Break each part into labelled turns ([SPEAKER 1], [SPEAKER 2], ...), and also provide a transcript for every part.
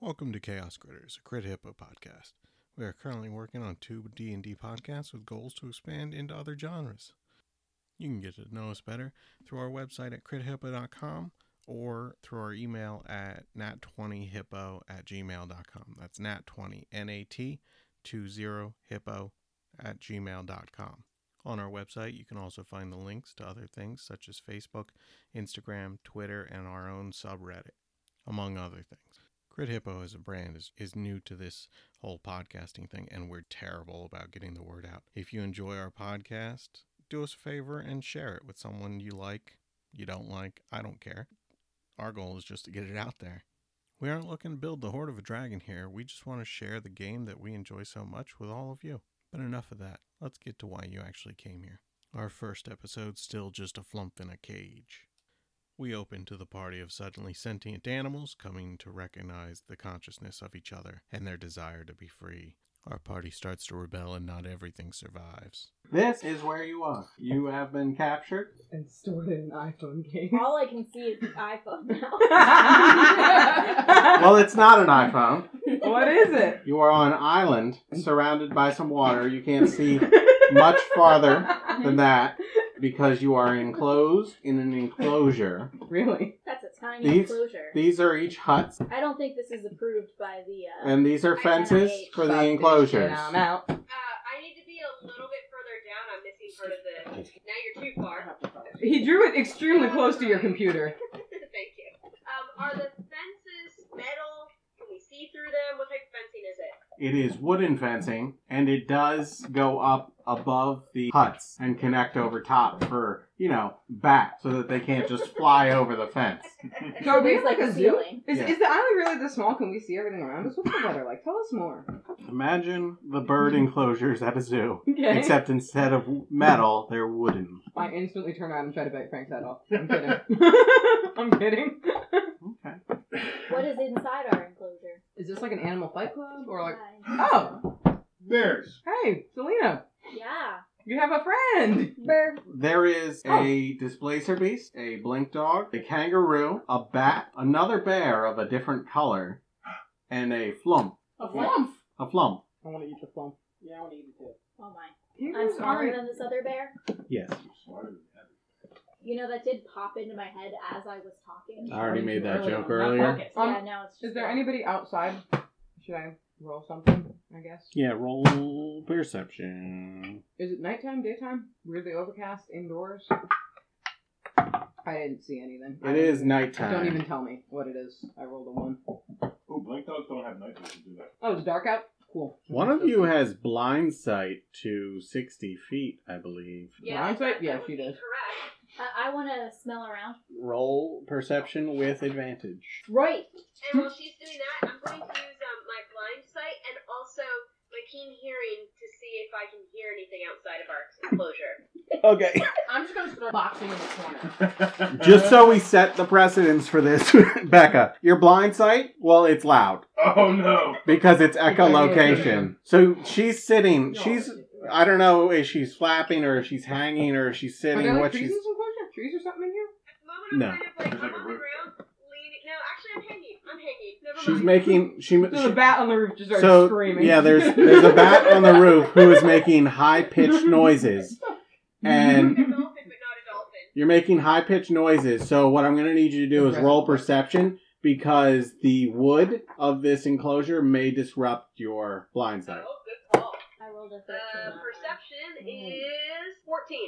[SPEAKER 1] Welcome to Chaos Critters, a Crit Hippo podcast. We are currently working on two D&D podcasts with goals to expand into other genres. You can get to know us better through our website at crithippo.com or through our email at nat20hippo at gmail.com. That's nat20, N-A-T, 20hippo at gmail.com. On our website, you can also find the links to other things such as Facebook, Instagram, Twitter, and our own subreddit, among other things. Crit Hippo as a brand is, is new to this whole podcasting thing, and we're terrible about getting the word out. If you enjoy our podcast, do us a favor and share it with someone you like, you don't like, I don't care. Our goal is just to get it out there. We aren't looking to build the Horde of a Dragon here, we just want to share the game that we enjoy so much with all of you. But enough of that, let's get to why you actually came here. Our first episode's still just a flump in a cage. We open to the party of suddenly sentient animals coming to recognize the consciousness of each other and their desire to be free. Our party starts to rebel, and not everything survives. This is where you are. You have been captured.
[SPEAKER 2] and stored in an iPhone game.
[SPEAKER 3] All I can see is the iPhone now.
[SPEAKER 1] Well, it's not an iPhone.
[SPEAKER 2] what is it?
[SPEAKER 1] You are on an island surrounded by some water. You can't see much farther than that because you are enclosed in an enclosure.
[SPEAKER 2] Really?
[SPEAKER 3] That's a tiny
[SPEAKER 1] These-
[SPEAKER 3] enclosure.
[SPEAKER 1] These are each huts,
[SPEAKER 3] I don't think this is approved by the. Uh,
[SPEAKER 1] and these are fences for the
[SPEAKER 2] Stop this shit,
[SPEAKER 1] enclosures.
[SPEAKER 2] I'm out.
[SPEAKER 4] Uh, I need to be a little bit further down. I'm missing part of the. Now you're too far.
[SPEAKER 2] He drew it extremely close to your computer.
[SPEAKER 4] Thank you. Um, are the fences metal? Can we see through them? What type of fencing is it?
[SPEAKER 1] It is wooden fencing, and it does go up above the huts and connect over top for, you know, back so that they can't just fly over the fence.
[SPEAKER 2] So are we
[SPEAKER 3] There's
[SPEAKER 2] in, like
[SPEAKER 3] like
[SPEAKER 2] a
[SPEAKER 3] a
[SPEAKER 2] zoo?
[SPEAKER 3] ceiling.
[SPEAKER 2] Is,
[SPEAKER 1] Yeah.
[SPEAKER 2] is the island really this small? Can we see everything around us? What's the weather like? Tell us more.
[SPEAKER 1] Imagine the bird enclosures at a zoo,
[SPEAKER 2] Okay.
[SPEAKER 1] except instead of metal, they're wooden.
[SPEAKER 2] I instantly turn around and try to bite Frank's head off. I'm kidding. I'm kidding.
[SPEAKER 1] Okay.
[SPEAKER 3] what is inside our enclosure?
[SPEAKER 2] Is this like an animal fight club or like?
[SPEAKER 3] Hi.
[SPEAKER 2] Oh,
[SPEAKER 5] Bears.
[SPEAKER 2] hey, Selena,
[SPEAKER 3] yeah.
[SPEAKER 2] you have a friend.
[SPEAKER 3] Burr.
[SPEAKER 1] There is a displacer beast, a blink dog, a kangaroo, a bat, another bear of a different color, and a flump.
[SPEAKER 2] A
[SPEAKER 1] flump. A flump.
[SPEAKER 2] I want to eat the flump. Yeah, I want to eat it
[SPEAKER 3] Oh my.
[SPEAKER 2] too.
[SPEAKER 3] I'm smaller than this other bear.
[SPEAKER 1] Yes.
[SPEAKER 3] You know that did pop into my head as I was talking.
[SPEAKER 1] I already made that
[SPEAKER 2] Early on.
[SPEAKER 1] joke earlier.
[SPEAKER 2] Okay. Um,
[SPEAKER 3] yeah. Now it's. Just
[SPEAKER 2] Is there anybody outside? Should I roll something? I guess.
[SPEAKER 1] Yeah, roll perception.
[SPEAKER 2] Is it nighttime, daytime? Weirdly overcast, indoors. I didn't see anything.
[SPEAKER 1] It is nighttime.
[SPEAKER 2] Don't even tell me what it is. I rolled a one.
[SPEAKER 5] Oh, blank dogs don't have night vision, do that.
[SPEAKER 2] Oh, it's dark out. Cool.
[SPEAKER 1] One of you has blind sight to 60 feet, I believe.
[SPEAKER 2] Brown
[SPEAKER 4] that-
[SPEAKER 2] type?
[SPEAKER 4] that
[SPEAKER 2] Yeah,
[SPEAKER 4] would
[SPEAKER 2] she
[SPEAKER 4] be
[SPEAKER 2] does.
[SPEAKER 4] Correct.
[SPEAKER 3] I, I want to smell around.
[SPEAKER 1] Roll perception with advantage.
[SPEAKER 3] Right.
[SPEAKER 4] And while she's doing that, I'm going to use um, my blind sight and also my keen hearing to see if I can hear anything outside of our enclosure.
[SPEAKER 1] Okay.
[SPEAKER 2] I'm just gonna start boxing in the corner.
[SPEAKER 1] Just so we set the precedence for this, Becca, your blind sight, well, it's loud
[SPEAKER 5] Oh no!
[SPEAKER 1] because it's echolocation. So she's sitting, she's, I don't know if she's flapping or if she's hanging or if she's
[SPEAKER 2] Are
[SPEAKER 1] sitting,
[SPEAKER 2] there like
[SPEAKER 1] what
[SPEAKER 2] trees
[SPEAKER 1] she's.
[SPEAKER 2] in some closure? Trees or something in here?
[SPEAKER 4] At the moment, I'm
[SPEAKER 1] No.
[SPEAKER 4] kind of like
[SPEAKER 5] There's
[SPEAKER 4] I'm
[SPEAKER 5] like a
[SPEAKER 4] on the
[SPEAKER 5] roof.
[SPEAKER 4] ground, leaning. No, actually, I'm hanging. I'm hanging. Never
[SPEAKER 1] She's
[SPEAKER 4] mind.
[SPEAKER 1] making, she,
[SPEAKER 2] So the bat on the roof just starts
[SPEAKER 1] so
[SPEAKER 2] screaming.
[SPEAKER 1] yeah, there's there's a bat on the roof who is making high pitched noises,
[SPEAKER 4] a
[SPEAKER 1] and
[SPEAKER 4] dolphin, but not a dolphin.
[SPEAKER 1] you're making high pitched noises. So what I'm gonna need you to do is roll perception because the wood of this enclosure may disrupt your blind sight.
[SPEAKER 4] Oh, good call.
[SPEAKER 3] I rolled a thirteen.
[SPEAKER 4] Uh,
[SPEAKER 3] on
[SPEAKER 4] perception
[SPEAKER 2] Mm.
[SPEAKER 4] is 14.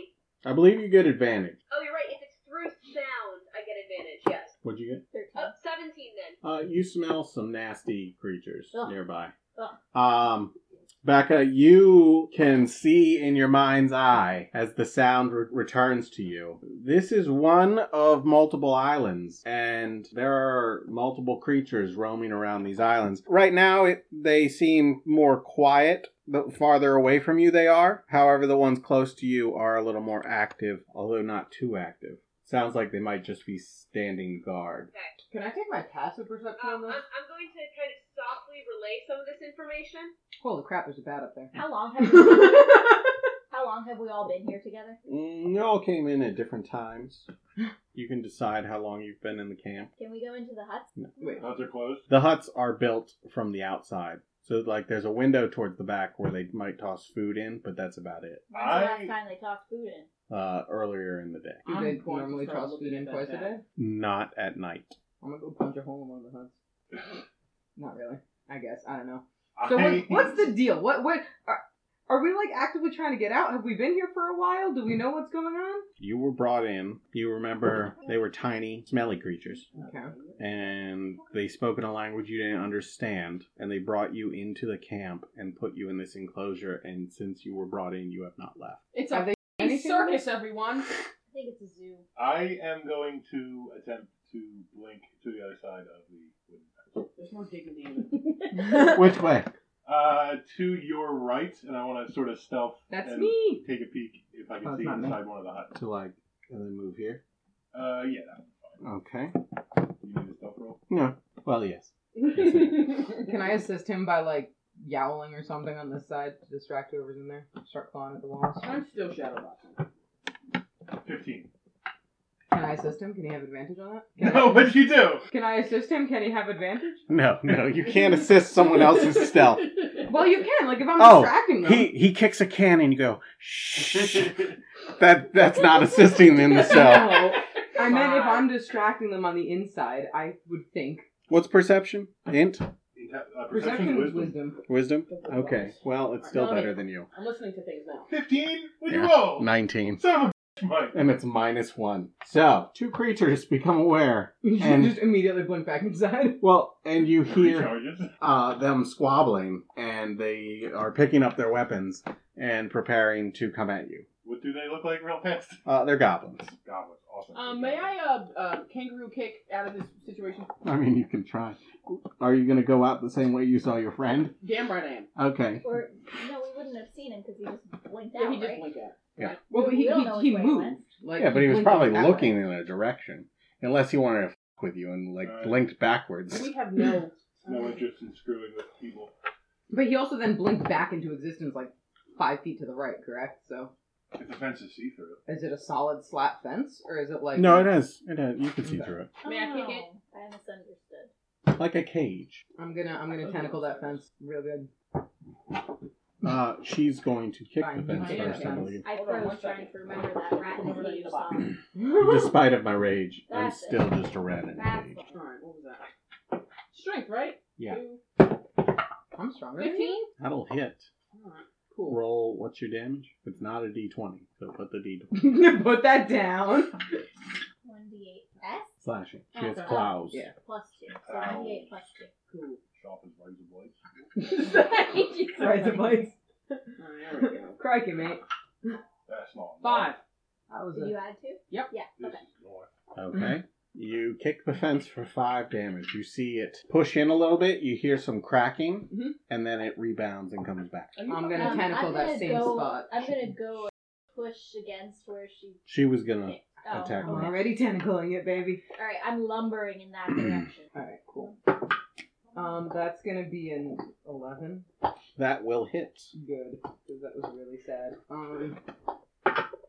[SPEAKER 1] I believe you get advantage.
[SPEAKER 4] Oh, you're right. If it's through sound, I get advantage. Yes.
[SPEAKER 1] What'd you
[SPEAKER 3] mine. Thirteen.
[SPEAKER 4] Oh, 17 then.
[SPEAKER 1] get? Uh, you smell some nasty creatures
[SPEAKER 3] Ugh.
[SPEAKER 1] nearby.
[SPEAKER 3] Ugh.
[SPEAKER 1] Um. Becca, you can see in your mind's eye as the sound re- returns to you. This is one of multiple islands, and there are multiple creatures roaming around these islands. Right now, it, they seem more quiet the farther away from you they are. However, the ones close to you are a little more active, although not too active. Sounds like they might just be standing guard.
[SPEAKER 4] Okay.
[SPEAKER 2] Can I take my passive perception on
[SPEAKER 4] Um,
[SPEAKER 2] this?
[SPEAKER 4] I'm, I'm going to kind of softly relay some of this information.
[SPEAKER 2] Holy crap, there's a bat up there.
[SPEAKER 3] How long have we, how long have we all been here together?
[SPEAKER 1] Mm, you all came in at different times. You can decide how long you've been in the camp.
[SPEAKER 3] Can we go into the huts?
[SPEAKER 2] Wait,
[SPEAKER 5] Huts are closed.
[SPEAKER 1] The huts are built from the outside. So, like, there's a window towards the back where they might toss food in, but that's about it.
[SPEAKER 3] When's the last
[SPEAKER 5] I-
[SPEAKER 3] time they tossed food in?
[SPEAKER 1] Uh, earlier in the day.
[SPEAKER 2] do
[SPEAKER 6] I'm
[SPEAKER 2] they
[SPEAKER 6] going to
[SPEAKER 2] normally
[SPEAKER 6] start
[SPEAKER 2] toss food
[SPEAKER 6] looking
[SPEAKER 2] in
[SPEAKER 6] at
[SPEAKER 2] twice a
[SPEAKER 6] that
[SPEAKER 2] day?
[SPEAKER 6] bat.
[SPEAKER 1] Not at night.
[SPEAKER 2] I'm gonna go punch a hole in one of the huts. Not really. I guess. I don't know. So
[SPEAKER 5] I-
[SPEAKER 2] what, what's the deal? What what are, are we like actively trying to get out? Have we been here for a while? Do we know what's going on?
[SPEAKER 1] You were brought in. You remember they were tiny, smelly creatures.
[SPEAKER 2] Okay.
[SPEAKER 1] and they spoke in a language you didn't understand, and they brought you into the camp and put you in this enclosure. And since you were brought in, you have not left.
[SPEAKER 6] It's
[SPEAKER 2] Have
[SPEAKER 6] a
[SPEAKER 2] they
[SPEAKER 6] f***ing
[SPEAKER 2] anything in
[SPEAKER 6] circus, everyone.
[SPEAKER 3] I think it's a zoo.
[SPEAKER 5] I am going to attempt to blink to the other side of the wooden fence.
[SPEAKER 6] There's no dignity in
[SPEAKER 1] Which way?
[SPEAKER 5] Uh, to your right, and I want to sort of stealth.
[SPEAKER 2] That's
[SPEAKER 5] and
[SPEAKER 2] me.
[SPEAKER 5] Take a peek if I can
[SPEAKER 2] Oh, it's
[SPEAKER 5] see
[SPEAKER 2] not me.
[SPEAKER 5] inside one of the huts.
[SPEAKER 1] To like, and then move here.
[SPEAKER 5] Uh, yeah. that one.
[SPEAKER 1] Okay.
[SPEAKER 5] You need a stealth roll.
[SPEAKER 1] No. Well, yes.
[SPEAKER 6] it.
[SPEAKER 2] Can I assist him by like yowling or something on this side to distract whoever's in there? Start clawing at the walls.
[SPEAKER 6] I'm still shadow boxing.
[SPEAKER 5] Fifteen.
[SPEAKER 2] Can I assist him? Can he have advantage on that? Can
[SPEAKER 5] No, what'd you do?
[SPEAKER 2] I, can I assist him? Can he have advantage?
[SPEAKER 1] No, no, you can't assist someone else's stealth.
[SPEAKER 2] Well, you can. Like if I'm
[SPEAKER 1] Oh,
[SPEAKER 2] distracting them.
[SPEAKER 1] He he kicks a can and you go. Shh. That that's not assisting in the stealth.
[SPEAKER 2] No, I meant if
[SPEAKER 6] Fine.
[SPEAKER 2] I'm distracting them on the inside, I would think
[SPEAKER 1] What's perception? Int
[SPEAKER 5] Inte- uh,
[SPEAKER 2] perception
[SPEAKER 5] perception
[SPEAKER 2] is
[SPEAKER 5] wisdom.
[SPEAKER 2] wisdom.
[SPEAKER 1] wisdom. Okay. Well, it's still
[SPEAKER 6] No,
[SPEAKER 1] better than you.
[SPEAKER 6] I'm listening to things now.
[SPEAKER 5] Fifteen. What'd you
[SPEAKER 1] Yeah.
[SPEAKER 5] roll?
[SPEAKER 1] Nineteen.
[SPEAKER 5] Son of a bitch, Mike.
[SPEAKER 1] and it's minus one. So two creatures become aware,
[SPEAKER 2] You should
[SPEAKER 1] And-
[SPEAKER 2] just immediately blink back inside.
[SPEAKER 1] well, and you
[SPEAKER 5] Three
[SPEAKER 1] hear
[SPEAKER 5] charges.
[SPEAKER 1] uh, them squabbling, and they are picking up their weapons and preparing to come at you.
[SPEAKER 5] What do they look like real fast?
[SPEAKER 1] Uh, they're goblins.
[SPEAKER 5] Goblins. Awesome.
[SPEAKER 6] Um, may I uh, uh kangaroo kick out of this situation?
[SPEAKER 1] I mean, you can try. Are you going to go out the same way you saw your friend?
[SPEAKER 6] Damn right I am.
[SPEAKER 1] Okay.
[SPEAKER 3] Or no, we wouldn't have seen him because he just blinked out,
[SPEAKER 6] Yeah, he just
[SPEAKER 3] right?
[SPEAKER 6] blinked out.
[SPEAKER 2] Well, but
[SPEAKER 3] We
[SPEAKER 2] he,
[SPEAKER 3] don't know which
[SPEAKER 2] he, he
[SPEAKER 3] way it
[SPEAKER 2] moved.
[SPEAKER 3] went.
[SPEAKER 2] Like,
[SPEAKER 1] Yeah, but he was
[SPEAKER 2] blinked
[SPEAKER 1] probably
[SPEAKER 2] that way.
[SPEAKER 1] looking in a direction, unless he wanted to f- with you and like
[SPEAKER 5] Right.
[SPEAKER 1] blinked backwards.
[SPEAKER 6] We have no. uh,
[SPEAKER 5] No interest in screwing with people.
[SPEAKER 2] But he also then blinked back into existence like five feet to the right, correct? So
[SPEAKER 5] It's offensive see through.
[SPEAKER 2] is it a solid slat fence or is it like
[SPEAKER 1] No, it is. It is. You can see through it,
[SPEAKER 6] May I kick
[SPEAKER 3] Oh,
[SPEAKER 6] it?
[SPEAKER 3] I misunderstood.
[SPEAKER 1] like a cage.
[SPEAKER 2] I'm gonna I'm gonna tentacle that fence real good.
[SPEAKER 1] Uh, she's going to kick
[SPEAKER 2] Fine,
[SPEAKER 1] the fence
[SPEAKER 6] you can
[SPEAKER 1] first, I
[SPEAKER 6] kick the
[SPEAKER 1] believe.
[SPEAKER 3] I
[SPEAKER 6] Hold on one
[SPEAKER 3] froze trying
[SPEAKER 6] second.
[SPEAKER 3] to remember that rat in
[SPEAKER 6] Remember
[SPEAKER 3] the
[SPEAKER 6] that in
[SPEAKER 3] cage
[SPEAKER 6] the
[SPEAKER 3] song.
[SPEAKER 6] box.
[SPEAKER 1] Despite of my rage, I'm
[SPEAKER 3] That's it.
[SPEAKER 1] still just a rat in a
[SPEAKER 3] That's
[SPEAKER 1] cage.
[SPEAKER 3] it.
[SPEAKER 6] Alright, what was that? Strength, right?
[SPEAKER 1] Yeah.
[SPEAKER 6] Two,
[SPEAKER 2] I'm stronger. than
[SPEAKER 6] Fifteen?
[SPEAKER 1] That'll hit.
[SPEAKER 6] Alright.
[SPEAKER 2] Cool.
[SPEAKER 1] Roll what's your damage? It's not a d20, so put the d20
[SPEAKER 2] Put that down.
[SPEAKER 3] One d eight s
[SPEAKER 1] slashing. She has
[SPEAKER 6] Okay.
[SPEAKER 1] claws.
[SPEAKER 2] Yeah.
[SPEAKER 3] plus two. So
[SPEAKER 5] Ow.
[SPEAKER 3] one d
[SPEAKER 4] Oh.
[SPEAKER 3] eight plus two.
[SPEAKER 6] Cool.
[SPEAKER 5] Sharp as razor blades.
[SPEAKER 2] Right, the place.
[SPEAKER 6] Alright, there we go.
[SPEAKER 2] Crikey, mate.
[SPEAKER 5] That's not enough.
[SPEAKER 6] Five.
[SPEAKER 2] That was
[SPEAKER 3] Did
[SPEAKER 2] a
[SPEAKER 3] you add two?
[SPEAKER 6] Yep.
[SPEAKER 3] Yeah.
[SPEAKER 5] This
[SPEAKER 3] Okay.
[SPEAKER 5] is north.
[SPEAKER 2] Mm-hmm.
[SPEAKER 1] Okay. You kick the fence for five damage. You see it push in a little bit, you hear some cracking,
[SPEAKER 2] Mm-hmm.
[SPEAKER 6] Mhm.
[SPEAKER 1] and then it rebounds and comes back.
[SPEAKER 6] Are you
[SPEAKER 2] I'm
[SPEAKER 6] fucking-
[SPEAKER 2] gonna tentacle
[SPEAKER 3] Um, I'm
[SPEAKER 2] that
[SPEAKER 3] gonna
[SPEAKER 2] same
[SPEAKER 3] go-
[SPEAKER 2] spot.
[SPEAKER 3] I'm gonna go push against where she.
[SPEAKER 1] She was gonna.
[SPEAKER 3] Oh,
[SPEAKER 1] Attack
[SPEAKER 2] I'm
[SPEAKER 1] me.
[SPEAKER 3] All
[SPEAKER 2] already tentacling it, baby.
[SPEAKER 3] right, I'm lumbering in that direction.
[SPEAKER 2] Alright, cool. Um, that's gonna be an eleven.
[SPEAKER 1] That will hit.
[SPEAKER 2] Good, because that was really sad. Um,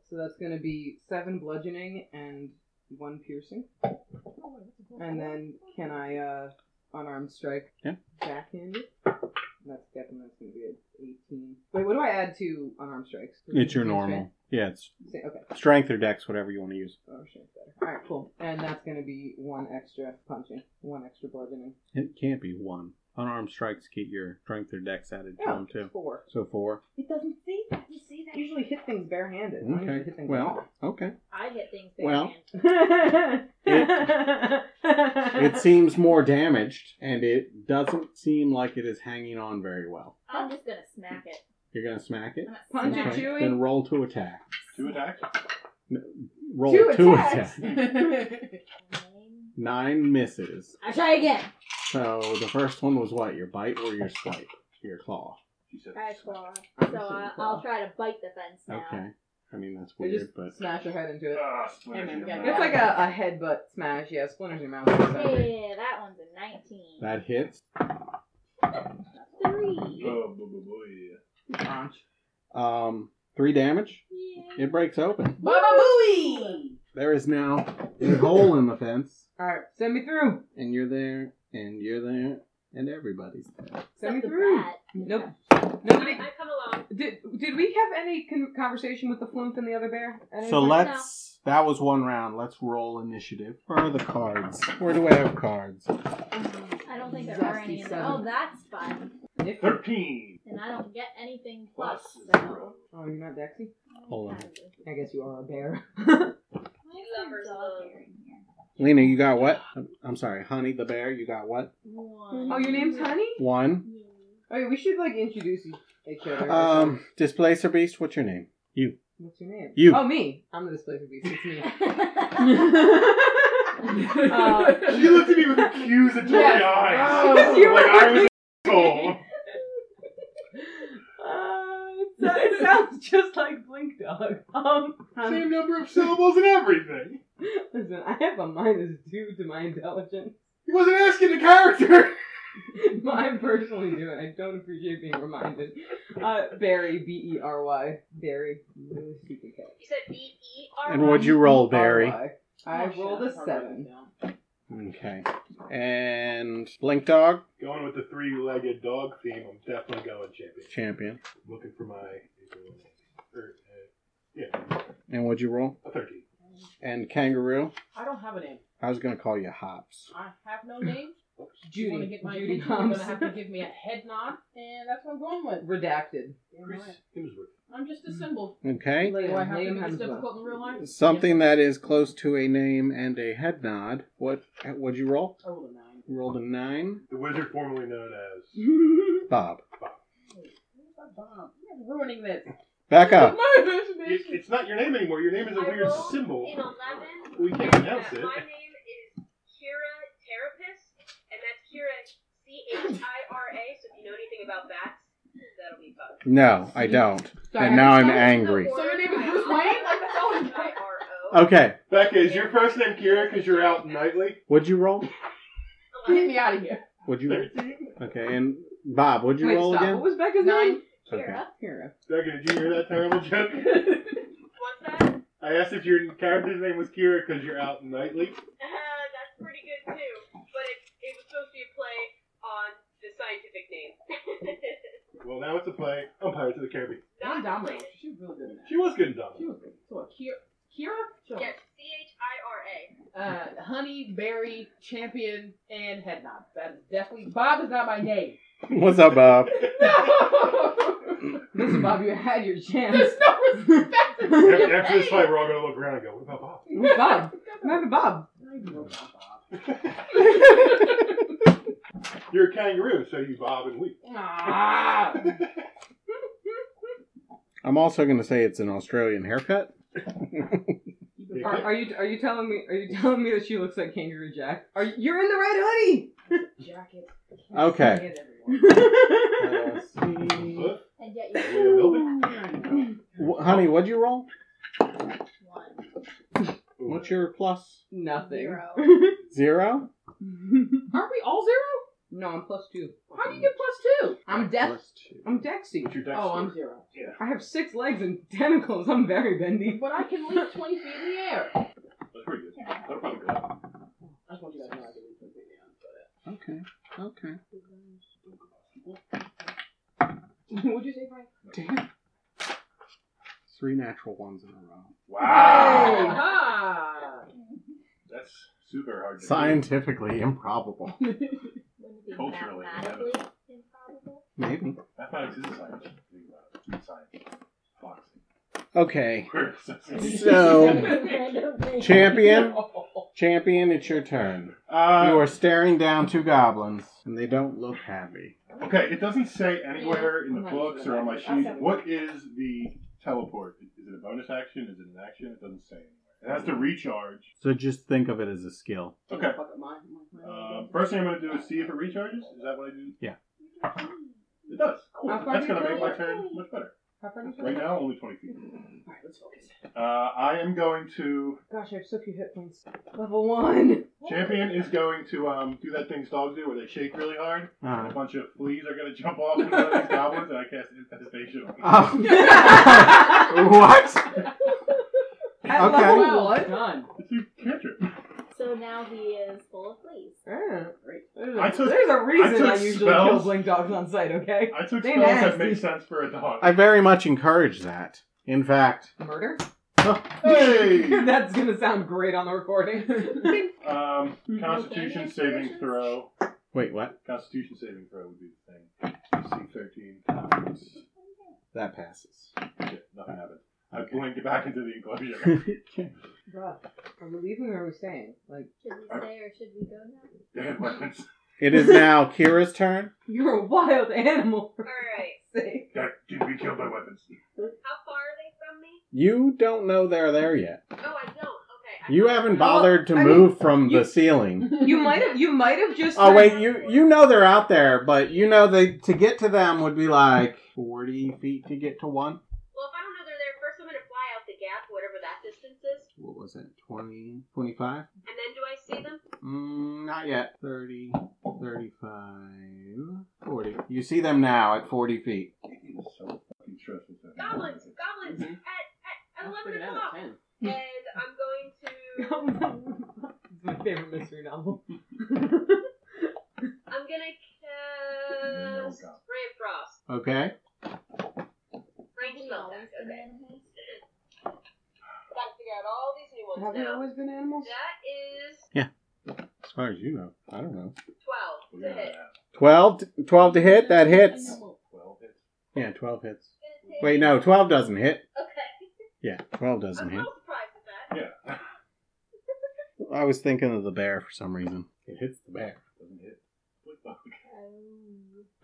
[SPEAKER 2] so that's gonna be seven bludgeoning and one piercing, and then can I uh unarmed strike?
[SPEAKER 1] Yeah.
[SPEAKER 2] Backhanded. That's definitely that's gonna be an eighteen. Wait, what do I add to unarmed strikes?
[SPEAKER 1] It's your
[SPEAKER 2] Strength?
[SPEAKER 1] normal. Yeah, it's
[SPEAKER 2] Say- Okay.
[SPEAKER 1] strength or dex, whatever you want to use.
[SPEAKER 2] Oh shit. All right, cool. And that's gonna be one extra punching, one extra bludgeoning.
[SPEAKER 1] It can't be one. Unarmed strikes get your strength or dex added to them, too.
[SPEAKER 2] Oh, four.
[SPEAKER 1] So four.
[SPEAKER 2] It doesn't say that. You see that? usually hit things barehanded. I usually
[SPEAKER 1] Okay.
[SPEAKER 2] hit things
[SPEAKER 1] Well, okay.
[SPEAKER 3] I hit things
[SPEAKER 1] Well.
[SPEAKER 3] well.
[SPEAKER 1] It
[SPEAKER 2] it
[SPEAKER 1] seems more damaged, and it doesn't seem like it is hanging on very well.
[SPEAKER 3] I'm just gonna smack it.
[SPEAKER 1] You're gonna smack it.
[SPEAKER 3] I'm gonna
[SPEAKER 2] Punch it,
[SPEAKER 3] smack
[SPEAKER 2] Chewie.
[SPEAKER 1] Then roll to attack.
[SPEAKER 5] Two attacks.
[SPEAKER 1] Roll
[SPEAKER 2] Two
[SPEAKER 1] two
[SPEAKER 2] attacks.
[SPEAKER 1] attack. Nine misses.
[SPEAKER 3] I try again.
[SPEAKER 1] So the first one was what? Your bite or your swipe? Your claw.
[SPEAKER 5] She said.
[SPEAKER 3] Try claw.
[SPEAKER 2] I'm
[SPEAKER 3] So
[SPEAKER 2] just saying
[SPEAKER 3] uh,
[SPEAKER 2] claw.
[SPEAKER 3] I'll try to bite the fence now.
[SPEAKER 1] Okay. I mean, that's
[SPEAKER 2] They
[SPEAKER 1] weird,
[SPEAKER 2] just
[SPEAKER 1] but
[SPEAKER 2] smash your head into it.
[SPEAKER 5] Ah,
[SPEAKER 6] Hey, man,
[SPEAKER 5] splinters in your
[SPEAKER 6] yeah,
[SPEAKER 5] mouth.
[SPEAKER 2] It's like a, a headbutt smash. Yeah, splinters in your mouth.
[SPEAKER 3] Yeah, that one's a 19.
[SPEAKER 1] that hits.
[SPEAKER 3] Three.
[SPEAKER 5] Oh, boo, boo, boo, yeah.
[SPEAKER 2] Launch.
[SPEAKER 1] Um, three damage.
[SPEAKER 3] Yeah.
[SPEAKER 1] It breaks open.
[SPEAKER 6] Baba Booey!
[SPEAKER 1] There is now a hole in the fence,
[SPEAKER 2] All right, send me through.
[SPEAKER 1] and you're there, and you're there, and everybody's there.
[SPEAKER 2] Send me
[SPEAKER 3] Except the
[SPEAKER 2] through.
[SPEAKER 3] bat.
[SPEAKER 2] Nope.
[SPEAKER 4] I,
[SPEAKER 2] Nobody.
[SPEAKER 4] I come along.
[SPEAKER 2] Did did we have any con- conversation with the flump and the other bear? Any
[SPEAKER 1] So
[SPEAKER 2] point?
[SPEAKER 1] let's. That was one round. Let's roll initiative. Where are the cards? Where do I have cards?
[SPEAKER 3] I don't think there are any in there.
[SPEAKER 2] Zesty
[SPEAKER 3] Oh, that's fun.
[SPEAKER 2] Nick-
[SPEAKER 5] 13
[SPEAKER 3] And I don't get anything
[SPEAKER 5] plus
[SPEAKER 3] plus. So.
[SPEAKER 5] zero.
[SPEAKER 2] Oh, you're not Dexy.
[SPEAKER 1] Hold on.
[SPEAKER 2] I guess you are a bear.
[SPEAKER 3] Why is there
[SPEAKER 4] Love her
[SPEAKER 3] dog
[SPEAKER 4] love.
[SPEAKER 3] hair in here?
[SPEAKER 1] Lena, you got what? I'm sorry, Honey the Bear, you got what?
[SPEAKER 3] One.
[SPEAKER 2] oh, your name's Honey.
[SPEAKER 1] One.
[SPEAKER 2] Oh, yeah, we should like introduce e- each other. or
[SPEAKER 1] Um,
[SPEAKER 2] something.
[SPEAKER 1] Displacer Beast, what's your name? You.
[SPEAKER 2] what's your name?
[SPEAKER 1] you.
[SPEAKER 2] Oh, me. I'm the displacer beast. It's me.
[SPEAKER 5] She looked at me with accusatory
[SPEAKER 6] Yes.
[SPEAKER 5] eyes.
[SPEAKER 6] Oh.
[SPEAKER 2] You
[SPEAKER 5] like I was a
[SPEAKER 2] were-
[SPEAKER 5] asshole.
[SPEAKER 2] Uh, it so- it sounds just like Blink Dog. Um,
[SPEAKER 5] Same number of syllables and everything.
[SPEAKER 2] listen, I have a minus two to my intelligence.
[SPEAKER 5] He wasn't asking the character.
[SPEAKER 2] I personally do, and I don't appreciate being reminded. Uh, Barry, B E R Y, Barry, really stupid cat.
[SPEAKER 4] You said B E R.
[SPEAKER 1] And what'd you roll, Barry?
[SPEAKER 2] R-Y. I rolled a seven.
[SPEAKER 1] Okay. And Blink Dog,
[SPEAKER 5] Going with the three-legged dog theme, I'm definitely going champion.
[SPEAKER 1] champion.
[SPEAKER 5] Looking for my, or, uh, yeah,
[SPEAKER 1] And what'd you roll?
[SPEAKER 5] a thirteen.
[SPEAKER 1] And Kangaroo,
[SPEAKER 6] I don't have a name.
[SPEAKER 1] I was gonna call you Hops.
[SPEAKER 6] I have no name. If you want
[SPEAKER 2] Judy,
[SPEAKER 6] to get my
[SPEAKER 2] Judy
[SPEAKER 6] attention, you're going
[SPEAKER 2] Hobbs.
[SPEAKER 6] to have to give me a head nod, and that's what I'm going with.
[SPEAKER 2] Redacted.
[SPEAKER 5] Chris Hemsworth.
[SPEAKER 6] I'm just a symbol.
[SPEAKER 1] Okay.
[SPEAKER 6] Do I have to
[SPEAKER 2] Liam
[SPEAKER 6] make this
[SPEAKER 2] Hemsworth.
[SPEAKER 6] difficult in real life?
[SPEAKER 1] Something that is close to a name and a head nod. What? What'd you roll?
[SPEAKER 6] I rolled a Oh, nine.
[SPEAKER 1] You rolled a nine.
[SPEAKER 5] The wizard formerly known as.
[SPEAKER 1] Bob,
[SPEAKER 6] Where's that bomb? You're ruining this.
[SPEAKER 1] back up.
[SPEAKER 5] It's, it's not your name anymore. Your name is a
[SPEAKER 4] I
[SPEAKER 5] weird
[SPEAKER 4] rolled
[SPEAKER 5] symbol.
[SPEAKER 4] In eleven.
[SPEAKER 5] We can't
[SPEAKER 4] and,
[SPEAKER 5] pronounce
[SPEAKER 4] uh,
[SPEAKER 5] it.
[SPEAKER 4] My name is Kira Terapis, and that's Kira C H I R A. So if you know anything about bats, that'll be fun.
[SPEAKER 1] No, I don't.
[SPEAKER 6] So I
[SPEAKER 1] And
[SPEAKER 6] have
[SPEAKER 1] now
[SPEAKER 6] to
[SPEAKER 1] I'm
[SPEAKER 6] spell it?
[SPEAKER 1] angry.
[SPEAKER 6] So your name is Bruce Wayne? Like, that's all I'm
[SPEAKER 4] I
[SPEAKER 6] doing.
[SPEAKER 4] R O.
[SPEAKER 1] Okay.
[SPEAKER 5] Becca, is your first name Kira because you're out nightly?
[SPEAKER 1] What'd you roll?
[SPEAKER 6] Get me out of here.
[SPEAKER 1] What'd you?
[SPEAKER 5] Thirteen.
[SPEAKER 1] Okay. And Bob, what'd you
[SPEAKER 2] Wait,
[SPEAKER 1] roll
[SPEAKER 2] stop.
[SPEAKER 1] again?
[SPEAKER 2] What was Becca's name?
[SPEAKER 6] Nine.
[SPEAKER 1] Okay.
[SPEAKER 3] Kira.
[SPEAKER 2] Kira.
[SPEAKER 5] Becca, did you hear that terrible joke?
[SPEAKER 4] What's that?
[SPEAKER 5] I asked if your character's name was Kira because you're out nightly.
[SPEAKER 4] Uh, that's pretty good too. But it, it was supposed to be a play on the scientific name.
[SPEAKER 5] Well, now it's a play on Pirates of the Caribbean.
[SPEAKER 6] Not Domino.
[SPEAKER 4] related.
[SPEAKER 6] She was really good at that.
[SPEAKER 5] She was good and dumb.
[SPEAKER 6] She was good. So, Kira? Kira? Sure.
[SPEAKER 4] Yes, C H I R A.
[SPEAKER 6] uh, honey, berry, champion, and head nod. That is definitely Bob is not my name.
[SPEAKER 1] What's up, Bob?
[SPEAKER 6] No,
[SPEAKER 2] Mr. Bob, you had your chance.
[SPEAKER 6] there's no respect. to his
[SPEAKER 5] After, after this
[SPEAKER 6] name.
[SPEAKER 5] fight, we're all going to look around and go, what about Bob?
[SPEAKER 2] Who's Bob? What happened to Bob?
[SPEAKER 6] I know about Bob.
[SPEAKER 5] You're a kangaroo, so you bob and weep.
[SPEAKER 6] Ah.
[SPEAKER 1] I'm also gonna say it's an Australian haircut.
[SPEAKER 2] Are, are you are you telling me are you telling me that she looks like Kangaroo Jack? Are you, you're in the red
[SPEAKER 6] Jacket.
[SPEAKER 1] Okay.
[SPEAKER 6] Stand everyone.
[SPEAKER 2] hoodie?
[SPEAKER 5] Huh?
[SPEAKER 3] And yet you
[SPEAKER 5] We're building.
[SPEAKER 1] Wh- honey, what'd you roll?
[SPEAKER 3] one.
[SPEAKER 1] What's your plus?
[SPEAKER 2] Nothing.
[SPEAKER 3] Zero.
[SPEAKER 1] Zero.
[SPEAKER 6] Aren't we all zero?
[SPEAKER 2] no, I'm plus two.
[SPEAKER 6] How do you get plus two?
[SPEAKER 2] I'm deaf.
[SPEAKER 1] Plus two.
[SPEAKER 2] I'm Dexy.
[SPEAKER 5] What's your dex
[SPEAKER 6] Oh, I'm
[SPEAKER 5] score?
[SPEAKER 6] zero.
[SPEAKER 2] I have six legs and tentacles. I'm very bendy.
[SPEAKER 6] But I can leap 20 feet in the air. I
[SPEAKER 5] That's pretty good. That'll probably go up.
[SPEAKER 6] just want you guys to know I can leap 20 feet in the air.
[SPEAKER 1] Okay. Okay.
[SPEAKER 6] What'd you say, Frank?
[SPEAKER 1] Damn. Three natural ones in a row.
[SPEAKER 5] Wow!
[SPEAKER 6] Ah.
[SPEAKER 5] That's super hard to do.
[SPEAKER 1] Scientifically improbable.
[SPEAKER 3] Wouldn't it be
[SPEAKER 5] Culturally, yeah.
[SPEAKER 3] mathematically improbable?
[SPEAKER 1] Maybe.
[SPEAKER 5] Mathematics is a science. Think about it. Science. Boxing.
[SPEAKER 1] Okay.
[SPEAKER 5] We're obsessed.
[SPEAKER 1] So,
[SPEAKER 3] Randomly.
[SPEAKER 1] champion, champion, it's your turn. You
[SPEAKER 5] Uh,
[SPEAKER 1] are staring down two goblins, and they don't look happy.
[SPEAKER 5] okay, it doesn't say anywhere in the books or on my sheet. What is the teleport? Is it a bonus action? Is it an action? It doesn't say anywhere. It has to recharge.
[SPEAKER 1] So just think of it as a skill.
[SPEAKER 5] Okay.
[SPEAKER 6] Fuck up mine. Mine- mine.
[SPEAKER 5] Um, first thing I'm going to do is see if it recharges. Is that what I do?
[SPEAKER 1] Yeah.
[SPEAKER 5] It does. Cool.
[SPEAKER 2] How far
[SPEAKER 5] That's
[SPEAKER 2] do you
[SPEAKER 5] going to
[SPEAKER 2] go?
[SPEAKER 5] make my turn much better.
[SPEAKER 2] How far do you
[SPEAKER 5] Right now, only 20 feet.
[SPEAKER 2] Alright,
[SPEAKER 6] Let's focus.
[SPEAKER 5] Uh, I am going to.
[SPEAKER 2] Gosh, I have so few hit points. Level one.
[SPEAKER 5] Champion is going to um, do that thing dogs do where they shake really hard. and
[SPEAKER 1] Uh,
[SPEAKER 5] A bunch of fleas are going to jump off one of these goblins, and I cast infestation. on them.
[SPEAKER 1] oh. Uh, what?
[SPEAKER 2] At
[SPEAKER 1] Okay.
[SPEAKER 2] level one.
[SPEAKER 6] done.
[SPEAKER 5] It's a cantrip.
[SPEAKER 3] So now he is full of fleas.
[SPEAKER 2] Ah, great. There's a,
[SPEAKER 5] I took-
[SPEAKER 2] there's a reason
[SPEAKER 5] took
[SPEAKER 2] I, usually kill
[SPEAKER 5] spells.
[SPEAKER 2] blink dogs on sight. Okay.
[SPEAKER 5] I took
[SPEAKER 2] They
[SPEAKER 5] spells that
[SPEAKER 2] nasty.
[SPEAKER 5] make sense for a dog.
[SPEAKER 1] I very much encourage that. In fact,
[SPEAKER 2] Murder.
[SPEAKER 5] Hey!
[SPEAKER 2] That's gonna sound great on the recording.
[SPEAKER 5] Um, Constitution saving throw.
[SPEAKER 1] wait, what?
[SPEAKER 5] Constitution saving throw would be the thing. DC 13.
[SPEAKER 1] That passes.
[SPEAKER 5] Shit, nothing happened. I blinked back into the enclosure.
[SPEAKER 2] Bruh, are we leaving or are we staying? Like,
[SPEAKER 3] Should we stay or should we go now?
[SPEAKER 5] Dead weapons.
[SPEAKER 1] it is now Kira's turn.
[SPEAKER 2] you're a wild animal. For
[SPEAKER 4] Alright.
[SPEAKER 2] sake.
[SPEAKER 5] That did be killed by weapons.
[SPEAKER 4] How far are they from me?
[SPEAKER 1] You don't know they're there yet.
[SPEAKER 4] Oh, I don't. Okay. I
[SPEAKER 1] You
[SPEAKER 4] don't
[SPEAKER 1] haven't
[SPEAKER 4] know.
[SPEAKER 1] bothered to
[SPEAKER 2] I mean,
[SPEAKER 1] move from
[SPEAKER 2] you-
[SPEAKER 1] the ceiling.
[SPEAKER 2] You might have. You might have just.
[SPEAKER 1] Oh
[SPEAKER 2] said-
[SPEAKER 1] wait, you you know they're out there, but you know they to get to them would be like forty feet to get to one.
[SPEAKER 4] Well, if I don't know they're there first, I'm going to fly out the gap, whatever that distance is.
[SPEAKER 1] What was it? 20, 25?
[SPEAKER 4] And then do I see them?
[SPEAKER 1] Mm, not yet. 30, 35, 40. You see them now at 40 feet.
[SPEAKER 5] It's so fucking stressful.
[SPEAKER 4] Goblins! Goblins! At, at, at 11 o'clock! And I'm going to.
[SPEAKER 2] it's my favorite mystery novel.
[SPEAKER 4] I'm going to cast.
[SPEAKER 5] God.
[SPEAKER 4] Ray of Frost.
[SPEAKER 1] Okay?
[SPEAKER 4] Frank
[SPEAKER 3] Have we
[SPEAKER 4] spell
[SPEAKER 3] always
[SPEAKER 4] check,
[SPEAKER 3] been
[SPEAKER 4] Okay.
[SPEAKER 3] animals?
[SPEAKER 4] Gotta figure out all these new ones
[SPEAKER 2] Have there
[SPEAKER 4] now.
[SPEAKER 2] always been animals?
[SPEAKER 4] That is
[SPEAKER 1] As far as you know. I don't know.
[SPEAKER 4] 12 to hit.
[SPEAKER 1] 12, t- 12 to hit? That hits.
[SPEAKER 5] Well, it's
[SPEAKER 1] Yeah, 12 hits.
[SPEAKER 4] Gonna take-
[SPEAKER 1] Wait, no, 12 doesn't hit.
[SPEAKER 4] Okay.
[SPEAKER 1] Yeah, 12
[SPEAKER 4] I'm
[SPEAKER 1] doesn't
[SPEAKER 4] a
[SPEAKER 1] hit.
[SPEAKER 4] little surprised at that.
[SPEAKER 5] yeah.
[SPEAKER 1] I was thinking of the bear for some reason. It hits the bear.
[SPEAKER 5] Doesn't hit. What the-
[SPEAKER 3] Oh,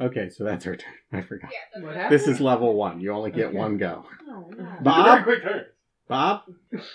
[SPEAKER 1] Okay, so that's her turn. I forgot.
[SPEAKER 4] Yeah, that's
[SPEAKER 2] What
[SPEAKER 4] right.
[SPEAKER 1] This is level one. You only get one go.
[SPEAKER 5] Very
[SPEAKER 1] Bob?
[SPEAKER 5] quick turn.
[SPEAKER 1] Bob?